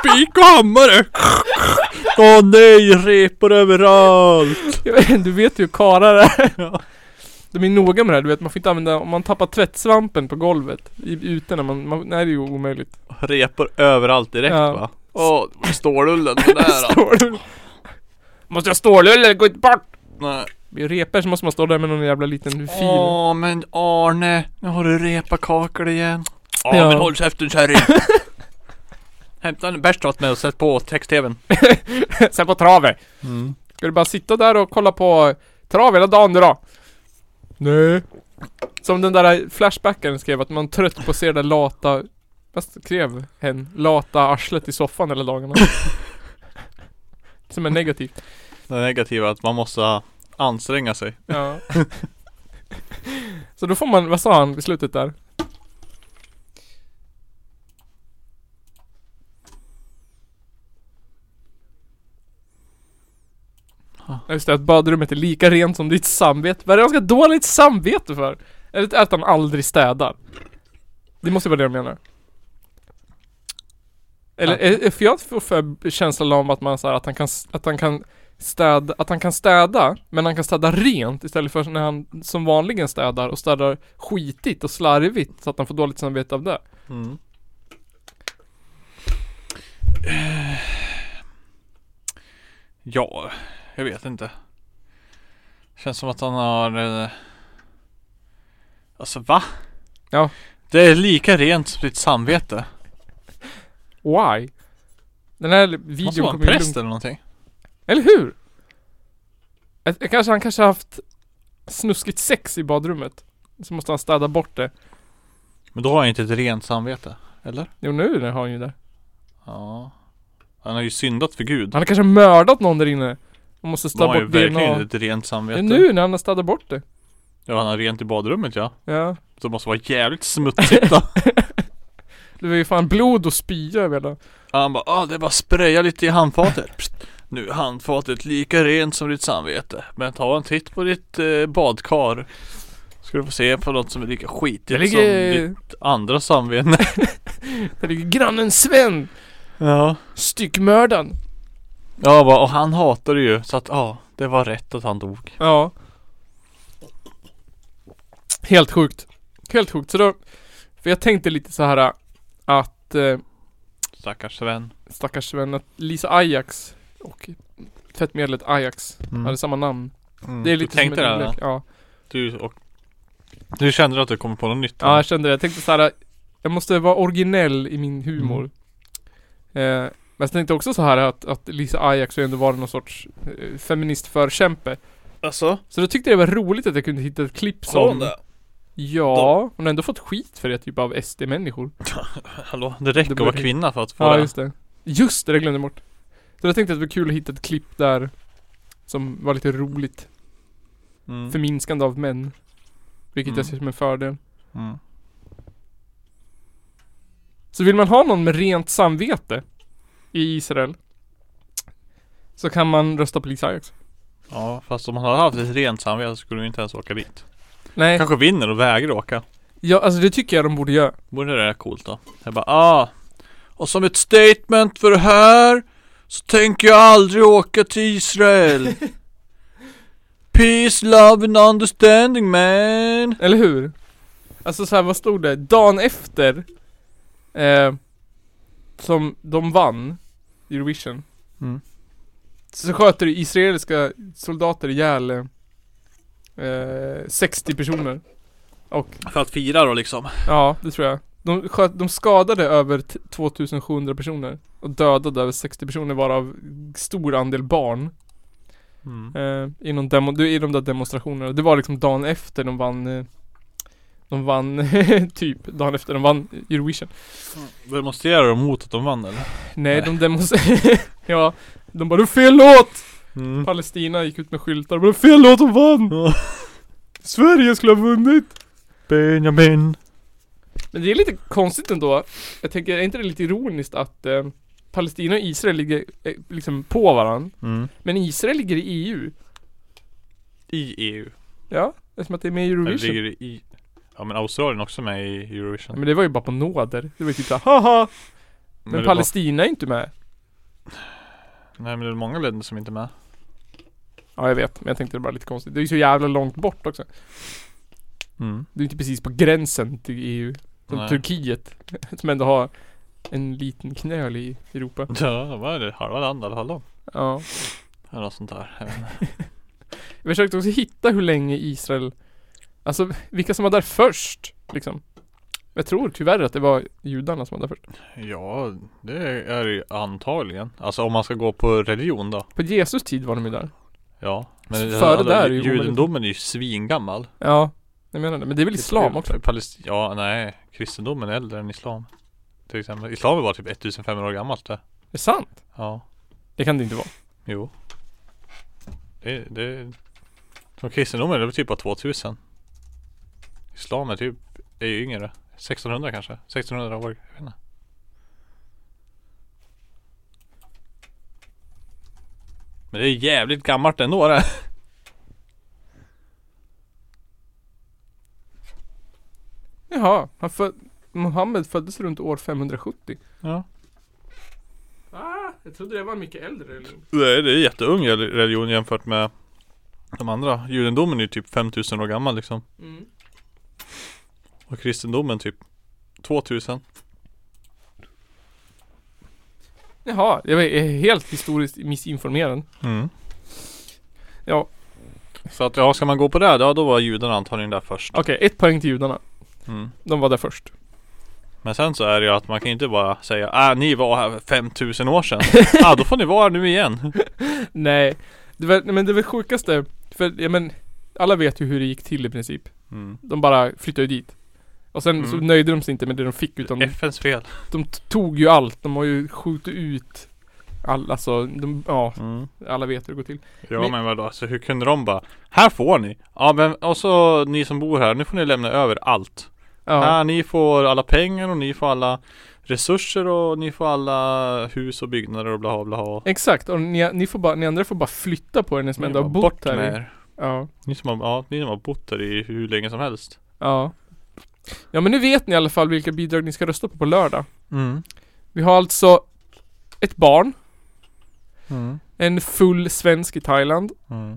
Spik och hammare! Åh nej, repor överallt!
Du vet ju hur karlar är.
Ja.
De är noga med det här, du vet man får inte använda, om man tappar tvättsvampen på golvet i, ute när man, man, nej det är ju omöjligt.
Repor överallt direkt
Ja.
va? Åh, stålullen den där då.
Stålull. Måste jag stålull gå inte bort!
Nej.
Vid repor så måste man stå där med någon jävla liten fil.
Åh men Arne, nu har du repakakor igen. Ja,
Ja.
men håll käften kärring! Hämta en bärs åt mig och sätt på text-tvn.
Sen på travet. Ska du bara sitta där och kolla på trav hela dagen idag? Nej. Som den där flashbacken skrev att man är trött på att se det där lata Vad skrev hen? Lata arslet i soffan hela dagarna. Som är negativt.
Det negativa är att man måste anstränga sig.
Ja. Så då får man, vad sa han i slutet där? Ja, Just det, att badrummet är lika rent som ditt samvete. Vad är det han ska ha dåligt samvete för? Eller att han aldrig städar? Det måste vara det de menar. Eller, eh, eh, för jag får för känslan om att man så här, att han kan, s- att han kan städa, att han kan städa, men han kan städa rent istället för när han som vanligen städar och städar skitigt och slarvigt så att han får dåligt samvete av det.
Ja, jag vet inte. Känns som att han har... eh, Alltså va?
Ja.
Det är lika rent som ditt samvete.
Why? Den här
Måste
videon
vara en
kommer ju
präst
lugnt.
eller någonting.
Eller hur? Ett- ett- Kanske, han kanske har haft snuskigt sex i badrummet. Så måste han städa bort det.
Men då har han inte ett rent samvete. Eller?
Jo nu har han ju det.
Ja. Han har ju syndat för Gud.
Han har kanske mördat någon där inne. Och måste
Då
städa
har han ju
bort DNA.
verkligen ett rent
Det
samvete.
är nu när han har städat bort det.
Ja, han har rent i badrummet ja.
Ja.
Så det måste vara jävligt smutsigt då.
Det var ju fan blod och spya över hela.
Han bara, ah det är bara att spraya lite i handfatet. Psst. Nu är handfatet lika rent som ditt samvete. Men ta en titt på ditt eh, badkar. Ska du få se på något som är lika
Det
skitigt som
ligger,
ditt andra samvete.
det ligger grannen Sven.
ja.
Styckmördaren.
Ja bara, och han hatar det ju. Så att ja, ah, det var rätt att han dog.
Ja. Helt sjukt. Helt sjukt. Så då, för jag tänkte lite så här att eh,
Stackars Sven.
stackars Sven, att Lisa Ajax och tvättmedlet Ajax
Mm.
hade samma namn.
Mm.
Det är lite
du tänkte
som
det
en
här,
lek. Ja.
du, och, du kände att du kom på något nytt?
ja, jag kände det. Jag tänkte så här. jag måste vara originell i min humor. Eh, men jag tänkte också så här att, att Lisa Ajax har ju ändå varit någon sorts eh, feministförkämpe.
alltså?
Så då tyckte jag det var roligt att jag kunde hitta ett klipp som... Ja, hon har ändå fått skit för det typ av SD-människor.
Hallå, det räcker att
blir-
vara kvinna för att få
Ja,
det.
just det. Just det, det glömde jag bort. Så jag tänkte att det var kul att hitta ett klipp där som var lite roligt.
Mm.
Förminskande av män. Vilket jag ser som en fördel.
Mm.
Så vill man ha någon med rent samvete i Israel så kan man rösta på Lisa Ajax.
Ja, fast om han hade haft ett rent samvete så skulle han inte ens åka dit.
Nej,
Kanske vinner och vägrar åka.
ja, alltså det tycker jag de borde göra.
Vore det där coolt då? Jag bara, ah. Och som ett statement för det här så tänker jag aldrig åka till Israel. Peace, love and understanding man.
Eller hur? Alltså så här, vad stod det? Dagen efter eh, Som de vann Eurovision
Mm.
Så sköter israeliska soldater ihjäl eh, 60 personer
För att fira då liksom.
Ja, det tror jag De, sköt, de skadade över t- 2700 personer Och dödade över 60 personer varav stor andel barn
Mm.
eh, i, någon demo, det- I de där demonstrationerna. Det var liksom dagen efter de vann eh, De vann typ dagen efter de vann Eurovision.
Demonstrerar de mot att de vann eller?
Nej de demonstrerade Ja De bara "Det är fel låt!
Mm.
Palestina gick ut med skyltar och bara "Det är fel låt de vann!
Ja.
Sverige skulle ha vunnit!
Benjamin.
Men det är lite konstigt ändå Jag tänker, är inte det lite ironiskt att eh, Palestina och Israel ligger eh, liksom på varandra
Mm.
Men Israel ligger i EU
I EU.
Ja, eftersom att det är med i
Eller
Eurovision
ligger det i... Ja men Australien också med i Eurovision.
Men det var ju bara på nåder Det var ju typ såhär haha! Men,
det var-
Palestina är inte med
Nej men det är många länder som inte är med.
Ja jag vet, men jag tänkte det var lite konstigt Det är ju så jävla långt bort också
Mm.
Det är ju inte precis på gränsen till EU Som
Nej.
Turkiet Som ändå har en liten knöl i Europa
Ja, vad är det? Halva landet i alla fall då.
Ja
Eller något sånt där. Jag vet inte.
Jag försökte också hitta hur länge Israel Alltså vilka som var där först liksom Jag tror tyvärr att det var judarna som var där först
Ja, det är det ju antagligen. Alltså om man ska gå på religion då.
På Jesus tid var de ju där
Ja.
Så före där är ju
judendomen alltså, är ju svingammal.
Ja Jag menar det, men det är väl islam också?
Palest- ja, nej. Kristendomen är äldre än islam. Till exempel. Islam är bara typ 1500 år gammalt det.
Det är sant?
Ja.
Det kan det inte vara
Jo. Det, det Som kristendomen är det typ bara 2000. Islam är typ, är ju yngre. 1600 kanske? 1600 år, jag vet inte. Men det är jävligt gammalt ändå det.
Jaha, han föd- Mohammed föddes runt år 570
Ja.
Ah, jag trodde det var mycket äldre eller?
Nej det är jätteung rel- religion jämfört med de andra. Judendomen är ju typ 5000 år gammal liksom.
Mm.
Och kristendomen typ 2000.
Jaha, jag är helt historiskt missinformerad
Mm.
Ja,
Så att ja, ska man gå på det här, ja, då var judarna antagligen där först.
Okej, ett poäng till judarna.
Mm.
De var där först.
Men sen så är det ju att man kan inte bara säga ah, ni var här för 5000 år sedan. ah, då får ni vara här nu igen.
Nej, det var, nej, men det var sjukaste, för ja, men alla vet ju hur det gick till i princip.
Mm.
De bara flyttade ju dit. Och sen så
Mm.
nöjde de sig inte med det de fick utan de,
FNs Mm. fel.
de t- tog ju allt. De har ju skjutit ut all, alltså, de, ja, alla vet hur det går till.
Ja
Men-
Mm. men vadå, alltså, hur kunde de bara Här får ni! Ja men och så ni som bor här, nu får ni lämna över allt.
Ja,
Här, ni får alla pengar och ni får alla resurser och ni får alla hus och byggnader och bla bla bla.
exakt. Och ni, ni, får bara, ni andra får bara flytta på er, ni som
Ni
ändå har bott
bara, bort
här.
med
i-
er.
Ja,
Ni som har, ja, ni som har bott här i hur länge som helst.
ja. Ja men nu vet ni i alla fall vilka bidrag ni ska rösta på på lördag.
Mm.
Vi har alltså ett barn.
Mm.
En full svensk i Thailand.
Mm.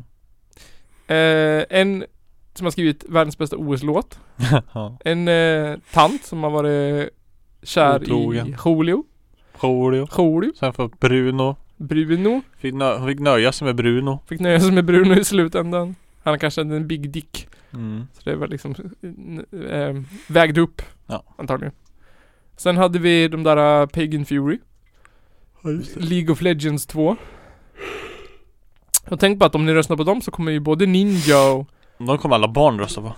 Eh, en som har skrivit världens bästa OS-låt.
ja.
En eh, tant som har varit kär i
Otrogen.
Julio.
Julio.
Julio.
Sen får Bruno.
Bruno.
Fick nö- hon fick nöja sig med Bruno.
Fick nöja sig med Bruno i slutändan. Han kanske hade en big dick.
Mm.
Så det var liksom eh, eh, vägde upp.
Ja.
Antagligen. Sen hade vi de där eh, Pagan Fury. League of Legends 2. Och tänk på att om ni röstar på dem så kommer ju både Ninja och
De kommer alla barn rösta på.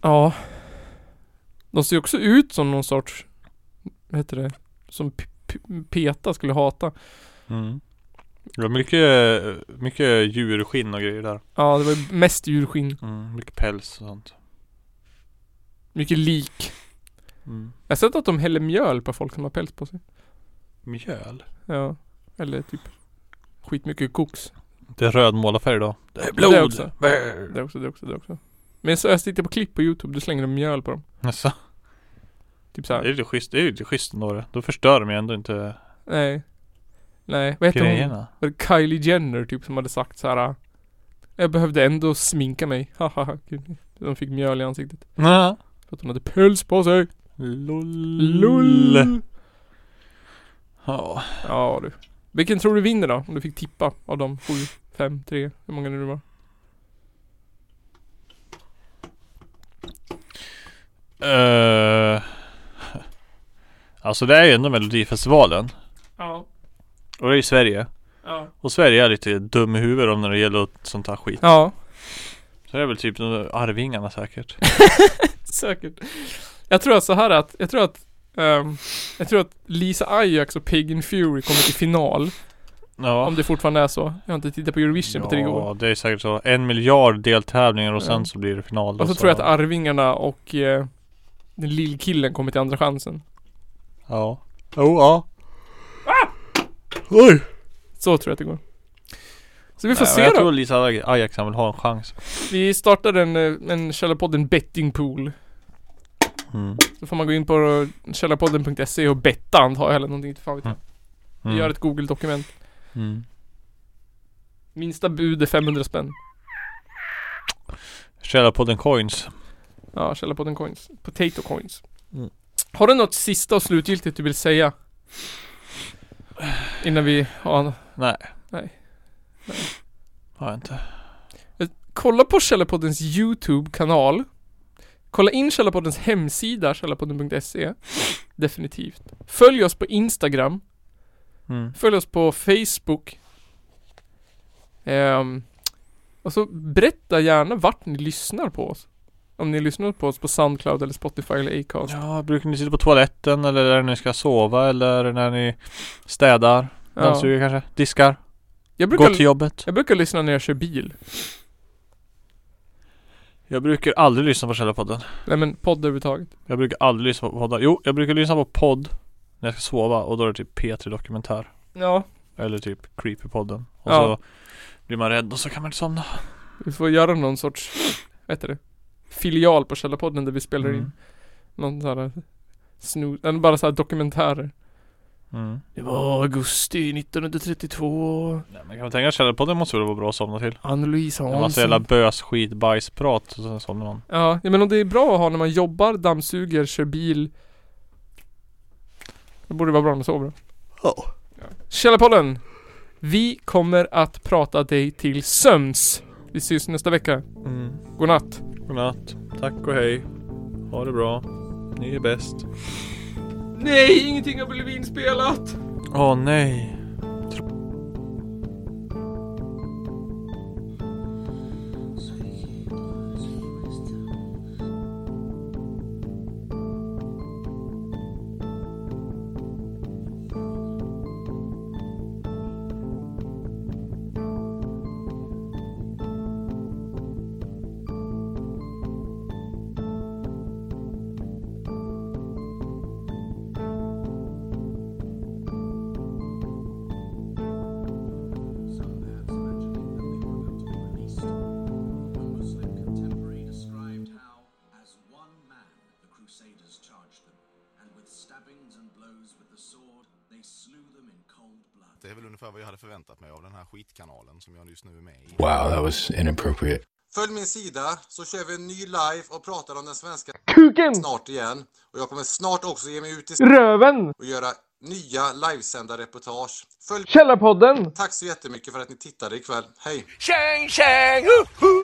Ja, De ser ju också ut som någon sorts, vad heter det, som P- P- PETA skulle hata.
Mm. Det var mycket, mycket djurskinn och grejer där.
Ja, det var ju mest djurskinn.
Mm, mycket päls och sånt.
Mycket lik.
Mm.
Jag har sett att de häller mjöl på folk som har päls på sig.
Mjöl?
Ja, eller typ skitmycket koks.
Det är röd målarfärg idag. Det är
Det
Äh, blod!
också. Det också, det också, det också. Men så jag tittar på klipp på youtube, då slänger de mjöl på dem.
Jaså?
Typ
Det
såhär.
är ju lite schysst, det är ju lite schysst ändå det. Då förstör de ju ändå inte
Nej. Nej, vad heter hon?
grejerna.
Var det Kylie Jenner typ som hade sagt så här. Jag behövde ändå sminka mig. Haha, kul. De fick mjöl i ansiktet.
Ja.
För att hon hade puls på sig.
Lull.
LOL.
Ja.
Ja du. Vilken tror du vinner då? Om du fick tippa av de sju, fem, tre, hur många det nu var?
Eh, alltså det är ju ändå Melodifestivalen.
Ja.
Och det är ju Sverige.
Ja.
Och Sverige är lite dum i huvudet om när det gäller sånt här skit.
Ja,
Så det är väl typ de där Arvingarna säkert.
säkert. Jag tror att så här att, jag tror att ehm, jag tror att Lisa Ajax och Pagan Fury kommer till final.
Ja.
Om det fortfarande är så. Jag har inte tittat på Eurovision på tre år.
Ja, det är säkert så. En miljard deltävlingar och
Ja.
sen så blir det final. då,
Och så tror jag att Arvingarna och eh, den lillkillen kommer till andra chansen.
Ja. Jo, ja. Oj!
Så tror jag att det går. Så vi får
Nej,
se
men jag
då.
tror Lisa Aj- Ajax han vill ha en chans.
Vi startar en, eh, en Källarpodden bettingpool.
Mm.
Så får man gå in på eh, källarpodden.se och betta antar jag eller någonting. inte Fan vet jag. Vi
Mm.
gör ett Google-dokument.
Mm.
Minsta bud är 500 spänn.
Källarpodden Coins.
Ja, Källarpodden coins. Potato coins.
Mm.
Har du något sista och slutgiltigt du vill säga? Innan vi ja,
Nej.
Nej. Nej.
Har jag inte.
Kolla på Källarpoddens YouTube-kanal. Kolla in Källarpoddens hemsida, källarpodden.se. Definitivt. Följ oss på Instagram.
Mm.
Följ oss på Facebook. Ehm, och så berätta gärna vart ni lyssnar på oss. Om ni lyssnar på oss på Soundcloud eller Spotify eller Acast.
Ja, brukar ni sitta på toaletten eller när ni ska sova eller när ni städar?
Ja.
Dammsuger kanske? Diskar?
Jag,
Går alltså, till
brukar,
jobbet?
jag brukar lyssna när jag kör bil.
Jag brukar aldrig lyssna på Källarpodden.
Nej men podd överhuvudtaget.
Jag brukar aldrig lyssna på poddar. Jo, jag brukar lyssna på podd när jag ska sova och då är det typ P3 Dokumentär.
Ja.
Eller typ Creepypodden Och
Ja.
så blir man rädd och så kan man inte somna
Vi får göra någon sorts, vad heter det? Filial på Källarpodden där vi spelar in
mm.
någon sån här snus, eller bara så här dokumentärer.
Mm.
Det var augusti 1932.
Nej, men kan man tänka Källarpodden måste väl vara bra att somna till?
Ann-Louise
En massa alltså jävla bös, skit, bajsprat och sen somnar man
Ja, ja, men om det är bra att ha när man jobbar, dammsuger, kör bil. Det borde vara bra när man sover.
Ja.
Källarpodden. Vi kommer att prata dig till sömns. Vi syns nästa vecka.
mm.
Godnatt.
Godnatt, tack och hej Ha det bra Ni är bäst
Nej, ingenting har blivit inspelat.
Åh nej
Det är väl ungefär vad jag hade förväntat mig av den här skitkanalen som jag just nu är med i.
Wow, that was inappropriate.
Följ min sida så kör vi en ny live och pratar om den svenska
Kuken!
snart igen. Och jag kommer snart också ge mig ut i
Röven!
och göra nya livesända reportage. Följ
Källarpodden!
Tack så jättemycket för att ni tittade ikväll. Hej!
Tjang tjang! Uh, uh.